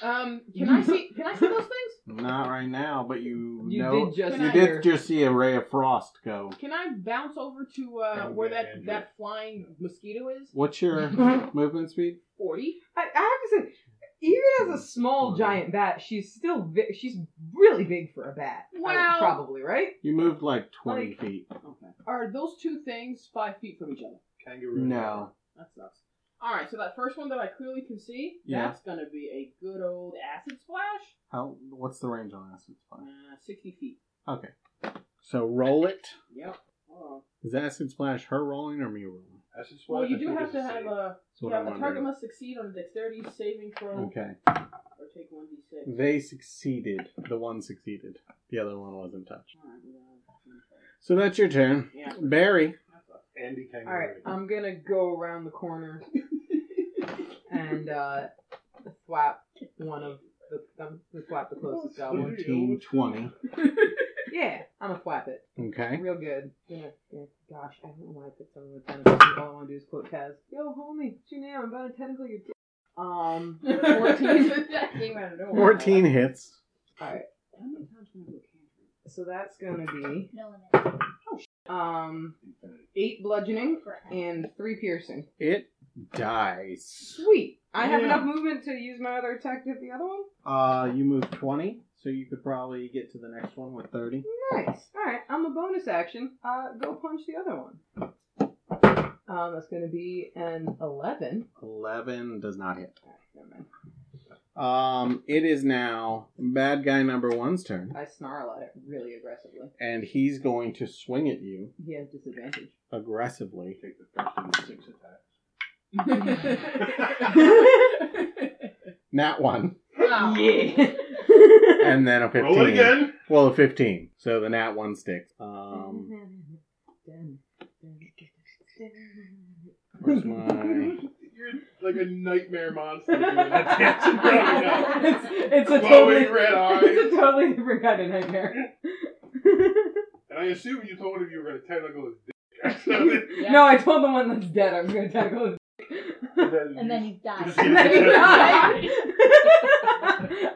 [SPEAKER 6] Um, can I see? Can I see those things?
[SPEAKER 1] Not right now, but you,
[SPEAKER 2] You
[SPEAKER 1] know
[SPEAKER 2] did just
[SPEAKER 1] you
[SPEAKER 2] hear.
[SPEAKER 1] did just see a ray of frost go.
[SPEAKER 6] Can I bounce over to uh,
[SPEAKER 5] Oh,
[SPEAKER 6] where
[SPEAKER 5] yeah,
[SPEAKER 6] that
[SPEAKER 5] Andrew.
[SPEAKER 6] that flying mosquito is?
[SPEAKER 1] What's your movement speed?
[SPEAKER 6] Forty.
[SPEAKER 2] I, I have to say, even as a small giant bat, she's still vi- she's really big for a bat. I would-
[SPEAKER 6] Well-
[SPEAKER 2] probably right.
[SPEAKER 1] You moved like twenty feet.
[SPEAKER 6] Okay. Are those two things five feet from each other?
[SPEAKER 5] Kangaroo.
[SPEAKER 1] No.
[SPEAKER 6] That sucks. All right, so that first one that I clearly can see,
[SPEAKER 1] Yeah.
[SPEAKER 6] that's gonna be a good old acid splash.
[SPEAKER 1] How? What's the range on acid
[SPEAKER 6] Uh,
[SPEAKER 1] splash?
[SPEAKER 6] sixty feet.
[SPEAKER 1] Okay. So roll it.
[SPEAKER 6] Yep. Hold on.
[SPEAKER 1] Is acid splash her rolling or me rolling?
[SPEAKER 5] Acid splash,
[SPEAKER 6] Well, you
[SPEAKER 5] I
[SPEAKER 6] do
[SPEAKER 5] think,
[SPEAKER 6] have
[SPEAKER 5] is
[SPEAKER 6] to
[SPEAKER 5] save.
[SPEAKER 6] have a
[SPEAKER 1] That's what
[SPEAKER 6] yeah.
[SPEAKER 1] I'm
[SPEAKER 6] A target
[SPEAKER 1] wondering.
[SPEAKER 6] must succeed on a dexterity saving throw
[SPEAKER 5] Oh.
[SPEAKER 1] Okay.
[SPEAKER 6] or take one d six.
[SPEAKER 1] They succeeded. The one succeeded. The other one wasn't touched.
[SPEAKER 6] All right, yeah.
[SPEAKER 1] So that's your turn,
[SPEAKER 6] Yeah.
[SPEAKER 1] Barry.
[SPEAKER 6] That's all. um,
[SPEAKER 5] Andy
[SPEAKER 2] All right,
[SPEAKER 5] Kangaroo.
[SPEAKER 2] I'm gonna go around the corner and uh, thwap one of the um, thwap the closest
[SPEAKER 5] Oh,
[SPEAKER 2] goblin.
[SPEAKER 1] Fourteen twenty.
[SPEAKER 2] Yeah, I'm gonna thwap it
[SPEAKER 1] Okay.
[SPEAKER 2] real good. Gonna, yeah, gosh, I don't know why I picked someone with tentacles. All I want to do is quote Kaz. Yo, homie, what's your name? I'm about to tentacle your. D-. Um, fourteen.
[SPEAKER 6] That came out of nowhere.
[SPEAKER 1] Fourteen hits.
[SPEAKER 2] All right,
[SPEAKER 6] How many times can I do a cantrip?
[SPEAKER 2] so that's gonna be
[SPEAKER 3] No limit.
[SPEAKER 2] um
[SPEAKER 5] Infinity.
[SPEAKER 2] eight bludgeoning
[SPEAKER 3] Correct.
[SPEAKER 2] and three piercing.
[SPEAKER 1] It dies.
[SPEAKER 2] Sweet. I have
[SPEAKER 1] Yeah.
[SPEAKER 2] enough movement to use my other attack to hit the other one.
[SPEAKER 1] Uh, you moved twenty, so you could probably get to the next one with thirty.
[SPEAKER 2] Nice. All right, I'm a bonus action. Uh, go punch the other one. Um, that's gonna be an eleven.
[SPEAKER 1] Eleven does not hit.
[SPEAKER 2] All right, never mind.
[SPEAKER 1] Um, it is now bad guy number one's turn,
[SPEAKER 2] I snarl at it really aggressively.
[SPEAKER 1] and he's going to swing at you
[SPEAKER 2] He has disadvantage.
[SPEAKER 1] aggressively.
[SPEAKER 5] Take the first and the six attacks.
[SPEAKER 1] Nat one,
[SPEAKER 6] Wow.
[SPEAKER 1] and then a fifteen.
[SPEAKER 5] Roll it again.
[SPEAKER 1] Well, a fifteen. So the nat one sticks. Um, where's my?
[SPEAKER 5] You're like a nightmare monster doing that dance in front of me now.
[SPEAKER 2] it's, it's a
[SPEAKER 5] Glowing
[SPEAKER 2] totally
[SPEAKER 5] red eyes.
[SPEAKER 2] It's a totally different kind of nightmare.
[SPEAKER 5] And I assume you told him you were going to tentacle his dick or something.
[SPEAKER 2] No, I told the one that's dead I'm gonna tackle his
[SPEAKER 3] And then he dies.
[SPEAKER 2] And
[SPEAKER 5] And
[SPEAKER 2] then he died.
[SPEAKER 5] died.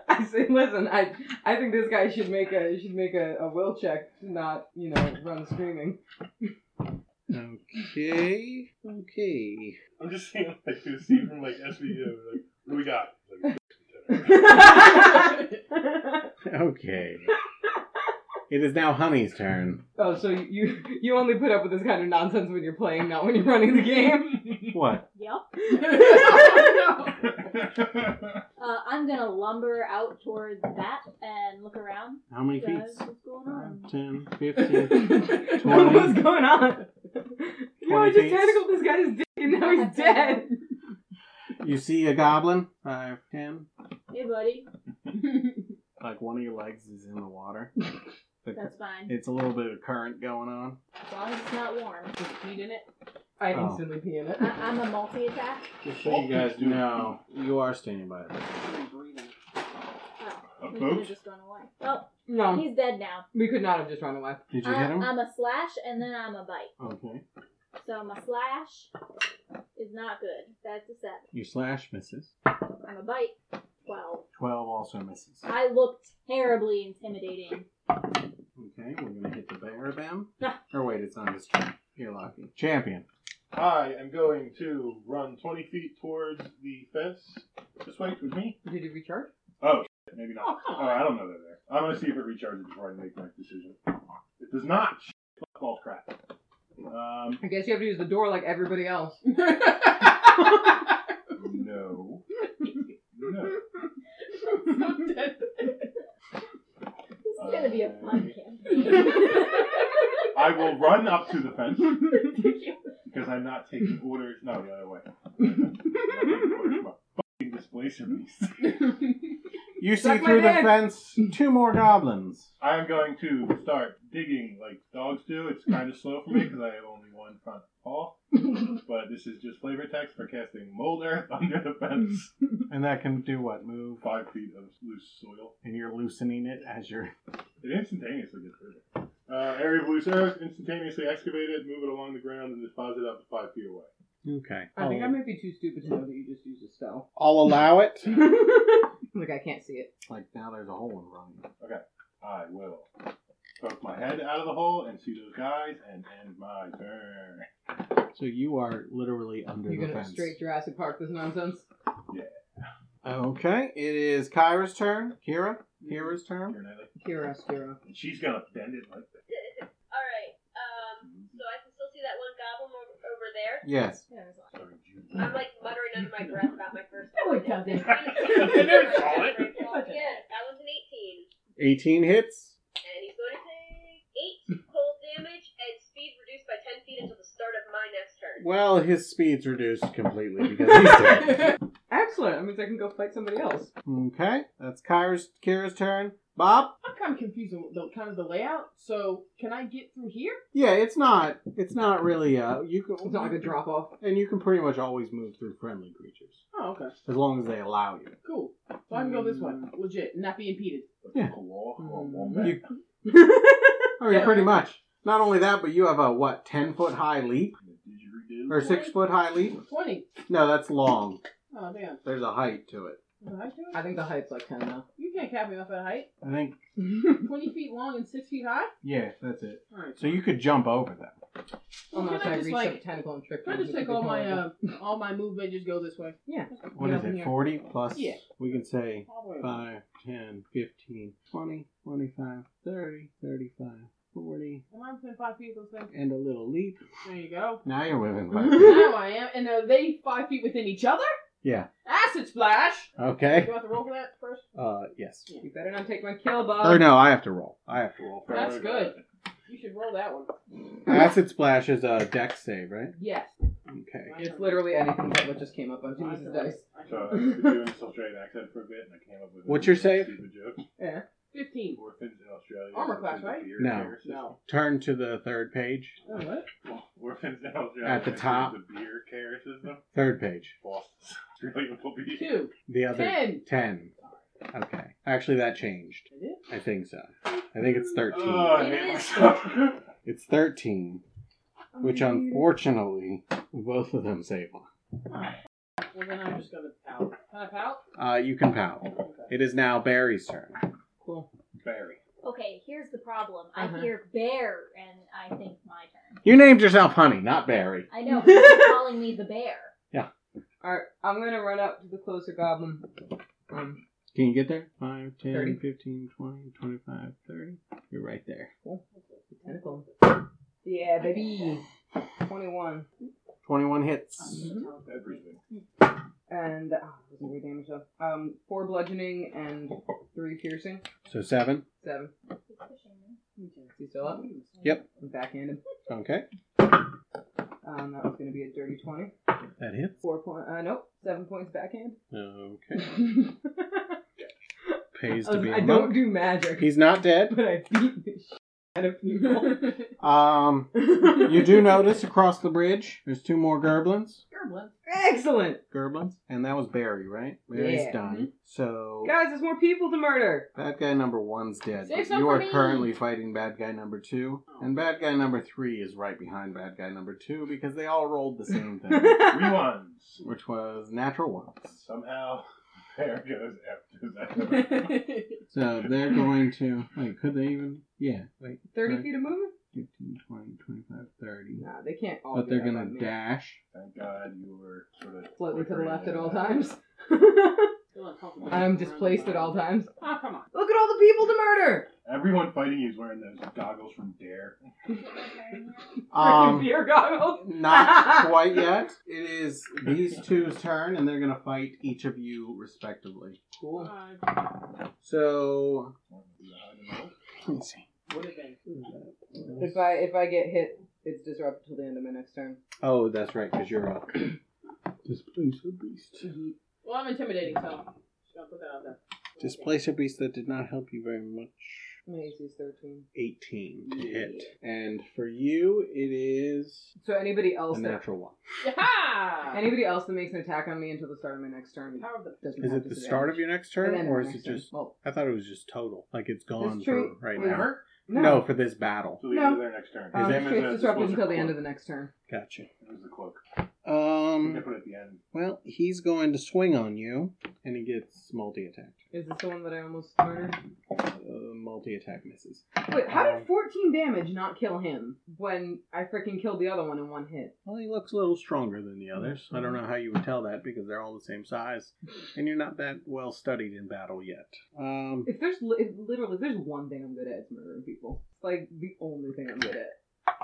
[SPEAKER 2] I say, listen, I I think this guy should make a should make a, a will check, to not you know run screaming.
[SPEAKER 1] Okay, okay.
[SPEAKER 5] I'm just saying, like, the scene from, like, SVU. Like, We got it.
[SPEAKER 1] Okay. it is now Honey's turn.
[SPEAKER 2] oh, so you you only put up with this kind of nonsense when you're playing, not when you're running the game.
[SPEAKER 1] What?
[SPEAKER 3] Yep.
[SPEAKER 6] oh, no.
[SPEAKER 3] Uh, I'm gonna lumber out towards that and look around.
[SPEAKER 1] How many feet?
[SPEAKER 3] Guys, what's going on?
[SPEAKER 1] 10,
[SPEAKER 2] What's
[SPEAKER 1] 15.
[SPEAKER 2] going on? You I just
[SPEAKER 1] feet.
[SPEAKER 2] tackled this guy's dick and now he's dead.
[SPEAKER 1] You see a goblin? 5, 10.
[SPEAKER 3] Hey, buddy.
[SPEAKER 1] Like one of your legs is in the water. The cur-
[SPEAKER 3] That's fine.
[SPEAKER 1] it's a little bit of current going on.
[SPEAKER 3] As long as it's not warm.
[SPEAKER 6] Just feet in it.
[SPEAKER 2] I
[SPEAKER 1] Oh.
[SPEAKER 2] instantly pee in it.
[SPEAKER 3] I- I'm a multi attack.
[SPEAKER 1] Just so you guys know, you are standing by it.
[SPEAKER 3] Oh,
[SPEAKER 5] A
[SPEAKER 3] we could have
[SPEAKER 5] boat?
[SPEAKER 3] just run away. Oh,
[SPEAKER 2] No,
[SPEAKER 3] he's dead now.
[SPEAKER 2] we could not have just run away.
[SPEAKER 1] Did you hit
[SPEAKER 3] I'm,
[SPEAKER 1] him?
[SPEAKER 3] I'm a slash and then I'm a bite.
[SPEAKER 1] Okay.
[SPEAKER 3] So my slash is not good. That's a seven.
[SPEAKER 1] Your slash misses.
[SPEAKER 3] I'm a bite. Twelve.
[SPEAKER 1] 12 also misses.
[SPEAKER 3] I look terribly intimidating.
[SPEAKER 1] Okay, we're going to hit the Barabam.
[SPEAKER 3] Ah.
[SPEAKER 1] Or wait, it's on his turn. You're lucky. Champion.
[SPEAKER 5] I am going to run 20 feet towards the fence. This way with me?
[SPEAKER 2] Did he recharge?
[SPEAKER 5] Oh, shit, maybe not.
[SPEAKER 2] Oh, come
[SPEAKER 5] Oh, I don't know that there. I'm gonna see if it recharges before I make my decision. It does not. Shit, Fuck all crap. Um,
[SPEAKER 2] I guess you have to use the door like everybody else.
[SPEAKER 5] no. No.
[SPEAKER 3] This is gonna be a fun
[SPEAKER 1] Uh,
[SPEAKER 3] campaign.
[SPEAKER 6] Thank
[SPEAKER 5] I will run up to the fence
[SPEAKER 6] you.
[SPEAKER 5] because I'm not taking orders. No, the other way. I'm not taking orders from a fucking displacer beast.
[SPEAKER 1] You see
[SPEAKER 2] Suck my
[SPEAKER 1] through the
[SPEAKER 2] dick.
[SPEAKER 1] fence two more goblins.
[SPEAKER 5] I am going to start digging like dogs do. It's kind of slow for me because I have only one front paw. But this is just flavor text for casting mold earth under the fence.
[SPEAKER 1] And that can do what? Move?
[SPEAKER 5] Five feet of loose soil.
[SPEAKER 1] And you're loosening it as you're.
[SPEAKER 5] It instantaneously gets rid of it. Uh, area of loose earth, instantaneously excavate it, move it along the ground, and deposit up to five feet away.
[SPEAKER 1] Okay.
[SPEAKER 2] I think I
[SPEAKER 1] I'll,
[SPEAKER 2] might be too stupid to know that you just used a spell.
[SPEAKER 1] I'll allow it.
[SPEAKER 2] Look, I can't see it.
[SPEAKER 1] Like now there's a hole in Ronnie.
[SPEAKER 5] I will poke my head out of the hole and see those guys and end my turn.
[SPEAKER 1] So you are literally under
[SPEAKER 2] You're
[SPEAKER 1] the
[SPEAKER 2] gonna
[SPEAKER 1] fence.
[SPEAKER 2] straight Jurassic Park this nonsense.
[SPEAKER 1] Okay, it is Kyra's turn. Kira? Kira's turn.
[SPEAKER 5] Your nightly-
[SPEAKER 2] Kira, Kira.
[SPEAKER 5] And she's gonna bend it like that.
[SPEAKER 4] Alright, um, so I can still see that one goblin over, over there.
[SPEAKER 1] Yes.
[SPEAKER 5] Sorry, Jude.
[SPEAKER 4] I'm like muttering under my breath about my first
[SPEAKER 6] No, it doesn't.
[SPEAKER 5] There's Colin.
[SPEAKER 4] Yeah, that was an 18.
[SPEAKER 1] 18 hits.
[SPEAKER 4] And he's going to take 8 cold damage and speed reduced by 10 feet until the start of my next turn.
[SPEAKER 1] Well, his speed's reduced completely because he's dead.
[SPEAKER 2] Excellent. That means I can go fight somebody else.
[SPEAKER 1] Okay, that's Kyra's Kira's turn. Bob?
[SPEAKER 6] I'm kind of confused on the kind of the layout. So can I get through here?
[SPEAKER 1] Yeah, it's not. It's not really. Uh, you
[SPEAKER 2] It's not like a
[SPEAKER 1] can
[SPEAKER 2] drop off.
[SPEAKER 1] and you can pretty much always move through friendly creatures
[SPEAKER 6] Oh, okay,
[SPEAKER 1] as long as they allow you.
[SPEAKER 6] cool. So I can go this way, legit, and not be impeded.
[SPEAKER 1] Yeah.
[SPEAKER 5] Claw or
[SPEAKER 2] Mm.
[SPEAKER 5] wombat.
[SPEAKER 1] You- I mean, pretty much. Not only that, but you have a what, ten foot high leap
[SPEAKER 5] Didgeridoo.
[SPEAKER 1] or six foot high leap?
[SPEAKER 6] Twenty.
[SPEAKER 1] No, that's long.
[SPEAKER 6] Oh damn.
[SPEAKER 1] There's a height to it.
[SPEAKER 6] Am I doing-
[SPEAKER 2] I think the height's like 10 now.
[SPEAKER 6] You can't cap me off at height.
[SPEAKER 1] I think.
[SPEAKER 6] Twenty feet long and six feet high.
[SPEAKER 1] Yeah, that's it.
[SPEAKER 6] All right.
[SPEAKER 1] So you could jump over them.
[SPEAKER 6] Well,
[SPEAKER 2] Unless
[SPEAKER 6] can
[SPEAKER 2] I
[SPEAKER 6] I just
[SPEAKER 2] reach
[SPEAKER 6] like
[SPEAKER 2] up a tentacle and trick
[SPEAKER 6] can I
[SPEAKER 2] them
[SPEAKER 6] just
[SPEAKER 2] into
[SPEAKER 6] take all my
[SPEAKER 2] becoming-
[SPEAKER 6] uh, all my movement just go this way?
[SPEAKER 2] Yeah.
[SPEAKER 1] What
[SPEAKER 6] Get
[SPEAKER 1] is
[SPEAKER 6] up in
[SPEAKER 1] it?
[SPEAKER 6] here.
[SPEAKER 1] Forty plus.
[SPEAKER 6] Yeah.
[SPEAKER 1] We can say
[SPEAKER 6] All the way.
[SPEAKER 1] 5, 10, 15, 20, 25, 30, 35, 40,
[SPEAKER 6] Am I within five feet of those things?
[SPEAKER 1] and a little leap.
[SPEAKER 6] There you go.
[SPEAKER 1] Now you're within
[SPEAKER 6] now I am. And are they five feet within each other?
[SPEAKER 1] Yeah.
[SPEAKER 6] Acid splash.
[SPEAKER 1] Okay.
[SPEAKER 6] You want to roll for that first?
[SPEAKER 1] Uh, yes.
[SPEAKER 2] You better not take my kill, Bob.
[SPEAKER 1] Or no, I have to roll. I have to roll. for
[SPEAKER 6] That's
[SPEAKER 1] it.
[SPEAKER 6] good. You should roll that one.
[SPEAKER 1] Acid Splash is a deck save, right?
[SPEAKER 6] Yes.
[SPEAKER 1] Okay.
[SPEAKER 2] It's literally anything but what just came up on Jesus' dice.
[SPEAKER 5] So I've been doing this Australian accent for a bit, and I came up with a
[SPEAKER 1] What's your
[SPEAKER 5] really
[SPEAKER 1] save?
[SPEAKER 5] Stupid joke.
[SPEAKER 6] Fifteen.
[SPEAKER 5] Orphans in Australia.
[SPEAKER 6] Armor class,
[SPEAKER 5] Orphans of
[SPEAKER 6] right?
[SPEAKER 5] the
[SPEAKER 1] No.
[SPEAKER 5] beer care
[SPEAKER 6] No.
[SPEAKER 1] Turn to the third page.
[SPEAKER 6] Oh, what?
[SPEAKER 5] system. Orphans in Australia.
[SPEAKER 1] At the top.
[SPEAKER 5] The beer care system.
[SPEAKER 1] Third page.
[SPEAKER 5] Lost. Australian will be.
[SPEAKER 6] Two.
[SPEAKER 1] The other
[SPEAKER 6] Ten.
[SPEAKER 1] 10. Okay. Actually, that changed.
[SPEAKER 6] Is it?
[SPEAKER 1] I think so. I think it's 13.
[SPEAKER 5] Oh, I hate myself.
[SPEAKER 1] It's 13, which unfortunately, both of them save one.
[SPEAKER 6] Well, then I'm just gonna pout. Can I pout?
[SPEAKER 1] Uh, you can pout.
[SPEAKER 6] Okay.
[SPEAKER 1] It is now Barry's turn.
[SPEAKER 2] Cool.
[SPEAKER 5] Barry.
[SPEAKER 3] Okay, here's the problem. I
[SPEAKER 2] Uh-huh.
[SPEAKER 3] hear bear and I think my turn.
[SPEAKER 1] You named yourself Honey, not Barry.
[SPEAKER 3] I know, he's calling me the bear.
[SPEAKER 1] Yeah.
[SPEAKER 2] Alright, I'm gonna run up to the closer goblin. Um,
[SPEAKER 1] Can you get there? 5, 10,
[SPEAKER 2] 30.
[SPEAKER 1] 15, 20, 25, 30. You're right there.
[SPEAKER 2] tentacle. Yeah, baby. 21.
[SPEAKER 1] 21 hits.
[SPEAKER 2] Um.
[SPEAKER 5] Everything.
[SPEAKER 2] And, ah, oh, wasn't very damage though. Um, 4 bludgeoning and 3 piercing.
[SPEAKER 1] So 7.
[SPEAKER 2] 7.
[SPEAKER 3] He's pushing me.
[SPEAKER 2] Is he still up?
[SPEAKER 1] Yep.
[SPEAKER 2] I'm backhanded.
[SPEAKER 1] Okay.
[SPEAKER 2] Um, that was gonna be a dirty 20.
[SPEAKER 1] That hits.
[SPEAKER 2] 4 point, uh, nope, 7 points backhand.
[SPEAKER 1] Okay. Pays
[SPEAKER 2] I,
[SPEAKER 1] to
[SPEAKER 2] was-
[SPEAKER 1] be
[SPEAKER 2] Uh, I
[SPEAKER 1] a
[SPEAKER 2] don't
[SPEAKER 1] monk.
[SPEAKER 2] do magic,
[SPEAKER 1] He's not dead.
[SPEAKER 2] but I beat the shit out of people.
[SPEAKER 1] Um, you do notice across the bridge, there's two more gerblins.
[SPEAKER 6] Gerblin.
[SPEAKER 2] Excellent!
[SPEAKER 1] Gerblins. And that was Barry, right? Barry's
[SPEAKER 2] Yeah.
[SPEAKER 1] done. So
[SPEAKER 2] Guys, there's more people to murder!
[SPEAKER 1] bad guy number one's dead.
[SPEAKER 6] Save
[SPEAKER 1] but
[SPEAKER 6] some
[SPEAKER 1] you
[SPEAKER 6] for
[SPEAKER 1] are
[SPEAKER 6] me. Oh.
[SPEAKER 1] currently fighting bad guy number two, and bad guy number three is right behind bad guy number two because they all rolled the same thing,
[SPEAKER 5] Rewinds.
[SPEAKER 1] which was natural ones.
[SPEAKER 5] Somehow, there goes after that.
[SPEAKER 1] So they're going to wait. Could they even? Yeah. Wait.
[SPEAKER 2] 30
[SPEAKER 1] Right.
[SPEAKER 2] feet of movement?
[SPEAKER 1] 15, 20, 25, 30.
[SPEAKER 2] Nah, they can't all
[SPEAKER 1] But
[SPEAKER 2] do
[SPEAKER 1] they're
[SPEAKER 2] that
[SPEAKER 1] gonna
[SPEAKER 2] by me.
[SPEAKER 1] dash.
[SPEAKER 5] Thank God you were sort of
[SPEAKER 2] Floating to the
[SPEAKER 5] flickering
[SPEAKER 2] left
[SPEAKER 5] in
[SPEAKER 2] at
[SPEAKER 5] and
[SPEAKER 2] all
[SPEAKER 5] out.
[SPEAKER 2] times. I'm displaced at all times.
[SPEAKER 6] Oh, come on.
[SPEAKER 2] Look at all the people to murder!
[SPEAKER 5] Everyone fighting you is wearing those goggles from Dare.
[SPEAKER 2] Freaking
[SPEAKER 1] Um,
[SPEAKER 2] beer goggles!
[SPEAKER 1] not quite yet. It is these two's turn, and they're gonna fight each of you respectively.
[SPEAKER 2] Cool.
[SPEAKER 1] So let me see.
[SPEAKER 6] Would have been.
[SPEAKER 2] If I if I get hit, it's disrupted till the end of my next turn.
[SPEAKER 1] Oh, that's right, because you're up. Displace a beast.
[SPEAKER 6] Well, I'm intimidating, so. Just gonna put that out there.
[SPEAKER 1] Displace a beast that did not help you very much.
[SPEAKER 2] My AC is 13.
[SPEAKER 1] 18 to hit. And for you, it is
[SPEAKER 2] So anybody else
[SPEAKER 1] a
[SPEAKER 2] that
[SPEAKER 1] natural one.
[SPEAKER 6] Yeah!
[SPEAKER 2] anybody else that makes an attack on me until the start of my next turn
[SPEAKER 6] Power of the.
[SPEAKER 2] doesn't
[SPEAKER 1] Is
[SPEAKER 2] have
[SPEAKER 1] it the start of your next turn,
[SPEAKER 2] disadvantage.
[SPEAKER 1] or
[SPEAKER 2] And
[SPEAKER 1] is
[SPEAKER 2] then
[SPEAKER 1] it
[SPEAKER 2] my next
[SPEAKER 1] just?
[SPEAKER 2] turn. Well,
[SPEAKER 1] I thought it was just total. Like it's gone for
[SPEAKER 2] true.
[SPEAKER 1] right
[SPEAKER 2] Wait,
[SPEAKER 1] now.
[SPEAKER 2] her?
[SPEAKER 1] No.
[SPEAKER 2] no.
[SPEAKER 1] for this battle.
[SPEAKER 5] So they
[SPEAKER 2] No.
[SPEAKER 5] do their next turn.
[SPEAKER 2] Um,
[SPEAKER 1] His aim
[SPEAKER 2] it's disrupted until the end of
[SPEAKER 5] the.
[SPEAKER 2] the next turn.
[SPEAKER 1] Gotcha.
[SPEAKER 5] It was the cloak. They
[SPEAKER 1] Um.
[SPEAKER 5] put it at the end.
[SPEAKER 1] Well, he's going to swing on you, and he gets multi attack.
[SPEAKER 2] Is this the one that I almost murdered?
[SPEAKER 1] Uh, multi attack misses.
[SPEAKER 2] Wait, how
[SPEAKER 1] Um,
[SPEAKER 2] did 14 damage not kill him when I freaking killed the other one in one hit?
[SPEAKER 1] Well, he looks a little stronger than the others. I don't know how you would tell that because they're all the same size, and you're not that well studied in battle yet. Um,
[SPEAKER 2] If there's li- if literally if there's one thing I'm good at, it's murdering people. It's like the only thing I'm good at.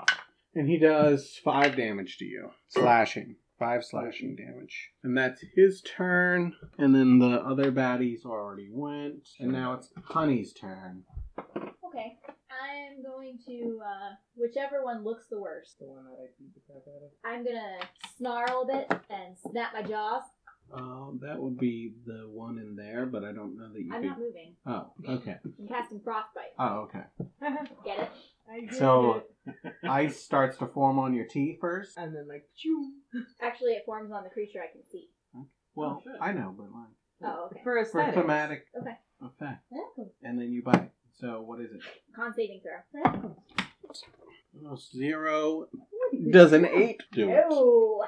[SPEAKER 1] and he does five damage to you, slashing, five slashing damage, and that's his turn. And then the other baddies already went, and now it's Honey's turn.
[SPEAKER 3] Okay. I'm going to uh, whichever one looks the worst.
[SPEAKER 2] The one that I beat the crap out of.
[SPEAKER 3] I'm gonna snarl a bit and snap my jaws.
[SPEAKER 1] Um, that would be the one in there, but I don't know that you.
[SPEAKER 3] I'm
[SPEAKER 1] could-
[SPEAKER 3] not moving.
[SPEAKER 1] Oh, okay.
[SPEAKER 3] I'm casting frostbite.
[SPEAKER 1] Oh, okay.
[SPEAKER 3] Get it?
[SPEAKER 1] So ice starts to form on your T first.
[SPEAKER 2] And then like, phew.
[SPEAKER 3] Actually, it forms on the creature I can see.
[SPEAKER 1] Well,
[SPEAKER 6] shit.
[SPEAKER 1] I know, but like.
[SPEAKER 3] Oh, okay.
[SPEAKER 2] For
[SPEAKER 1] for
[SPEAKER 2] aesthetics.
[SPEAKER 1] thematic
[SPEAKER 3] Okay.
[SPEAKER 1] effect.
[SPEAKER 3] Con
[SPEAKER 1] And then you buy. So what is it?
[SPEAKER 3] saving throw.
[SPEAKER 1] Oh, Zero does an eight do it?
[SPEAKER 3] Oh!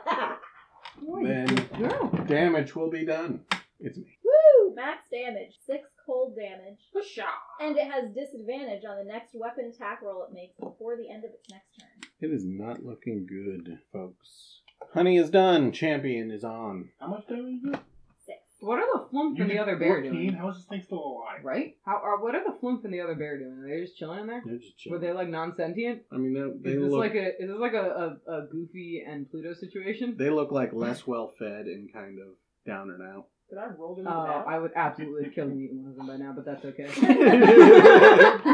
[SPEAKER 1] Then
[SPEAKER 2] Girl.
[SPEAKER 1] damage will be done. It's me.
[SPEAKER 3] Woo! Max damage. Six cold damage.
[SPEAKER 6] Push out.
[SPEAKER 3] And it has disadvantage on the next weapon attack roll it makes before the end of its next turn.
[SPEAKER 1] It is not looking good, folks. Honey is done. Champion is on.
[SPEAKER 5] How much damage is it?
[SPEAKER 3] Six.
[SPEAKER 2] What are the flump and
[SPEAKER 5] did
[SPEAKER 2] the other bear
[SPEAKER 5] 14?
[SPEAKER 2] doing?
[SPEAKER 5] How is this thing still alive?
[SPEAKER 2] Right? How are what are the flump and the other bear doing? Are they just chilling in there?
[SPEAKER 1] They're just
[SPEAKER 2] Were
[SPEAKER 1] chilling.
[SPEAKER 2] they like non sentient?
[SPEAKER 1] I mean, they, they
[SPEAKER 2] Is this
[SPEAKER 1] look.
[SPEAKER 2] like a is this like a, a, a Goofy and Pluto situation?
[SPEAKER 1] they look like less well fed and kind of down and out.
[SPEAKER 6] Did I roll into
[SPEAKER 2] Uh,
[SPEAKER 6] the back?
[SPEAKER 2] I would absolutely kill and eat one of them by now, but that's okay.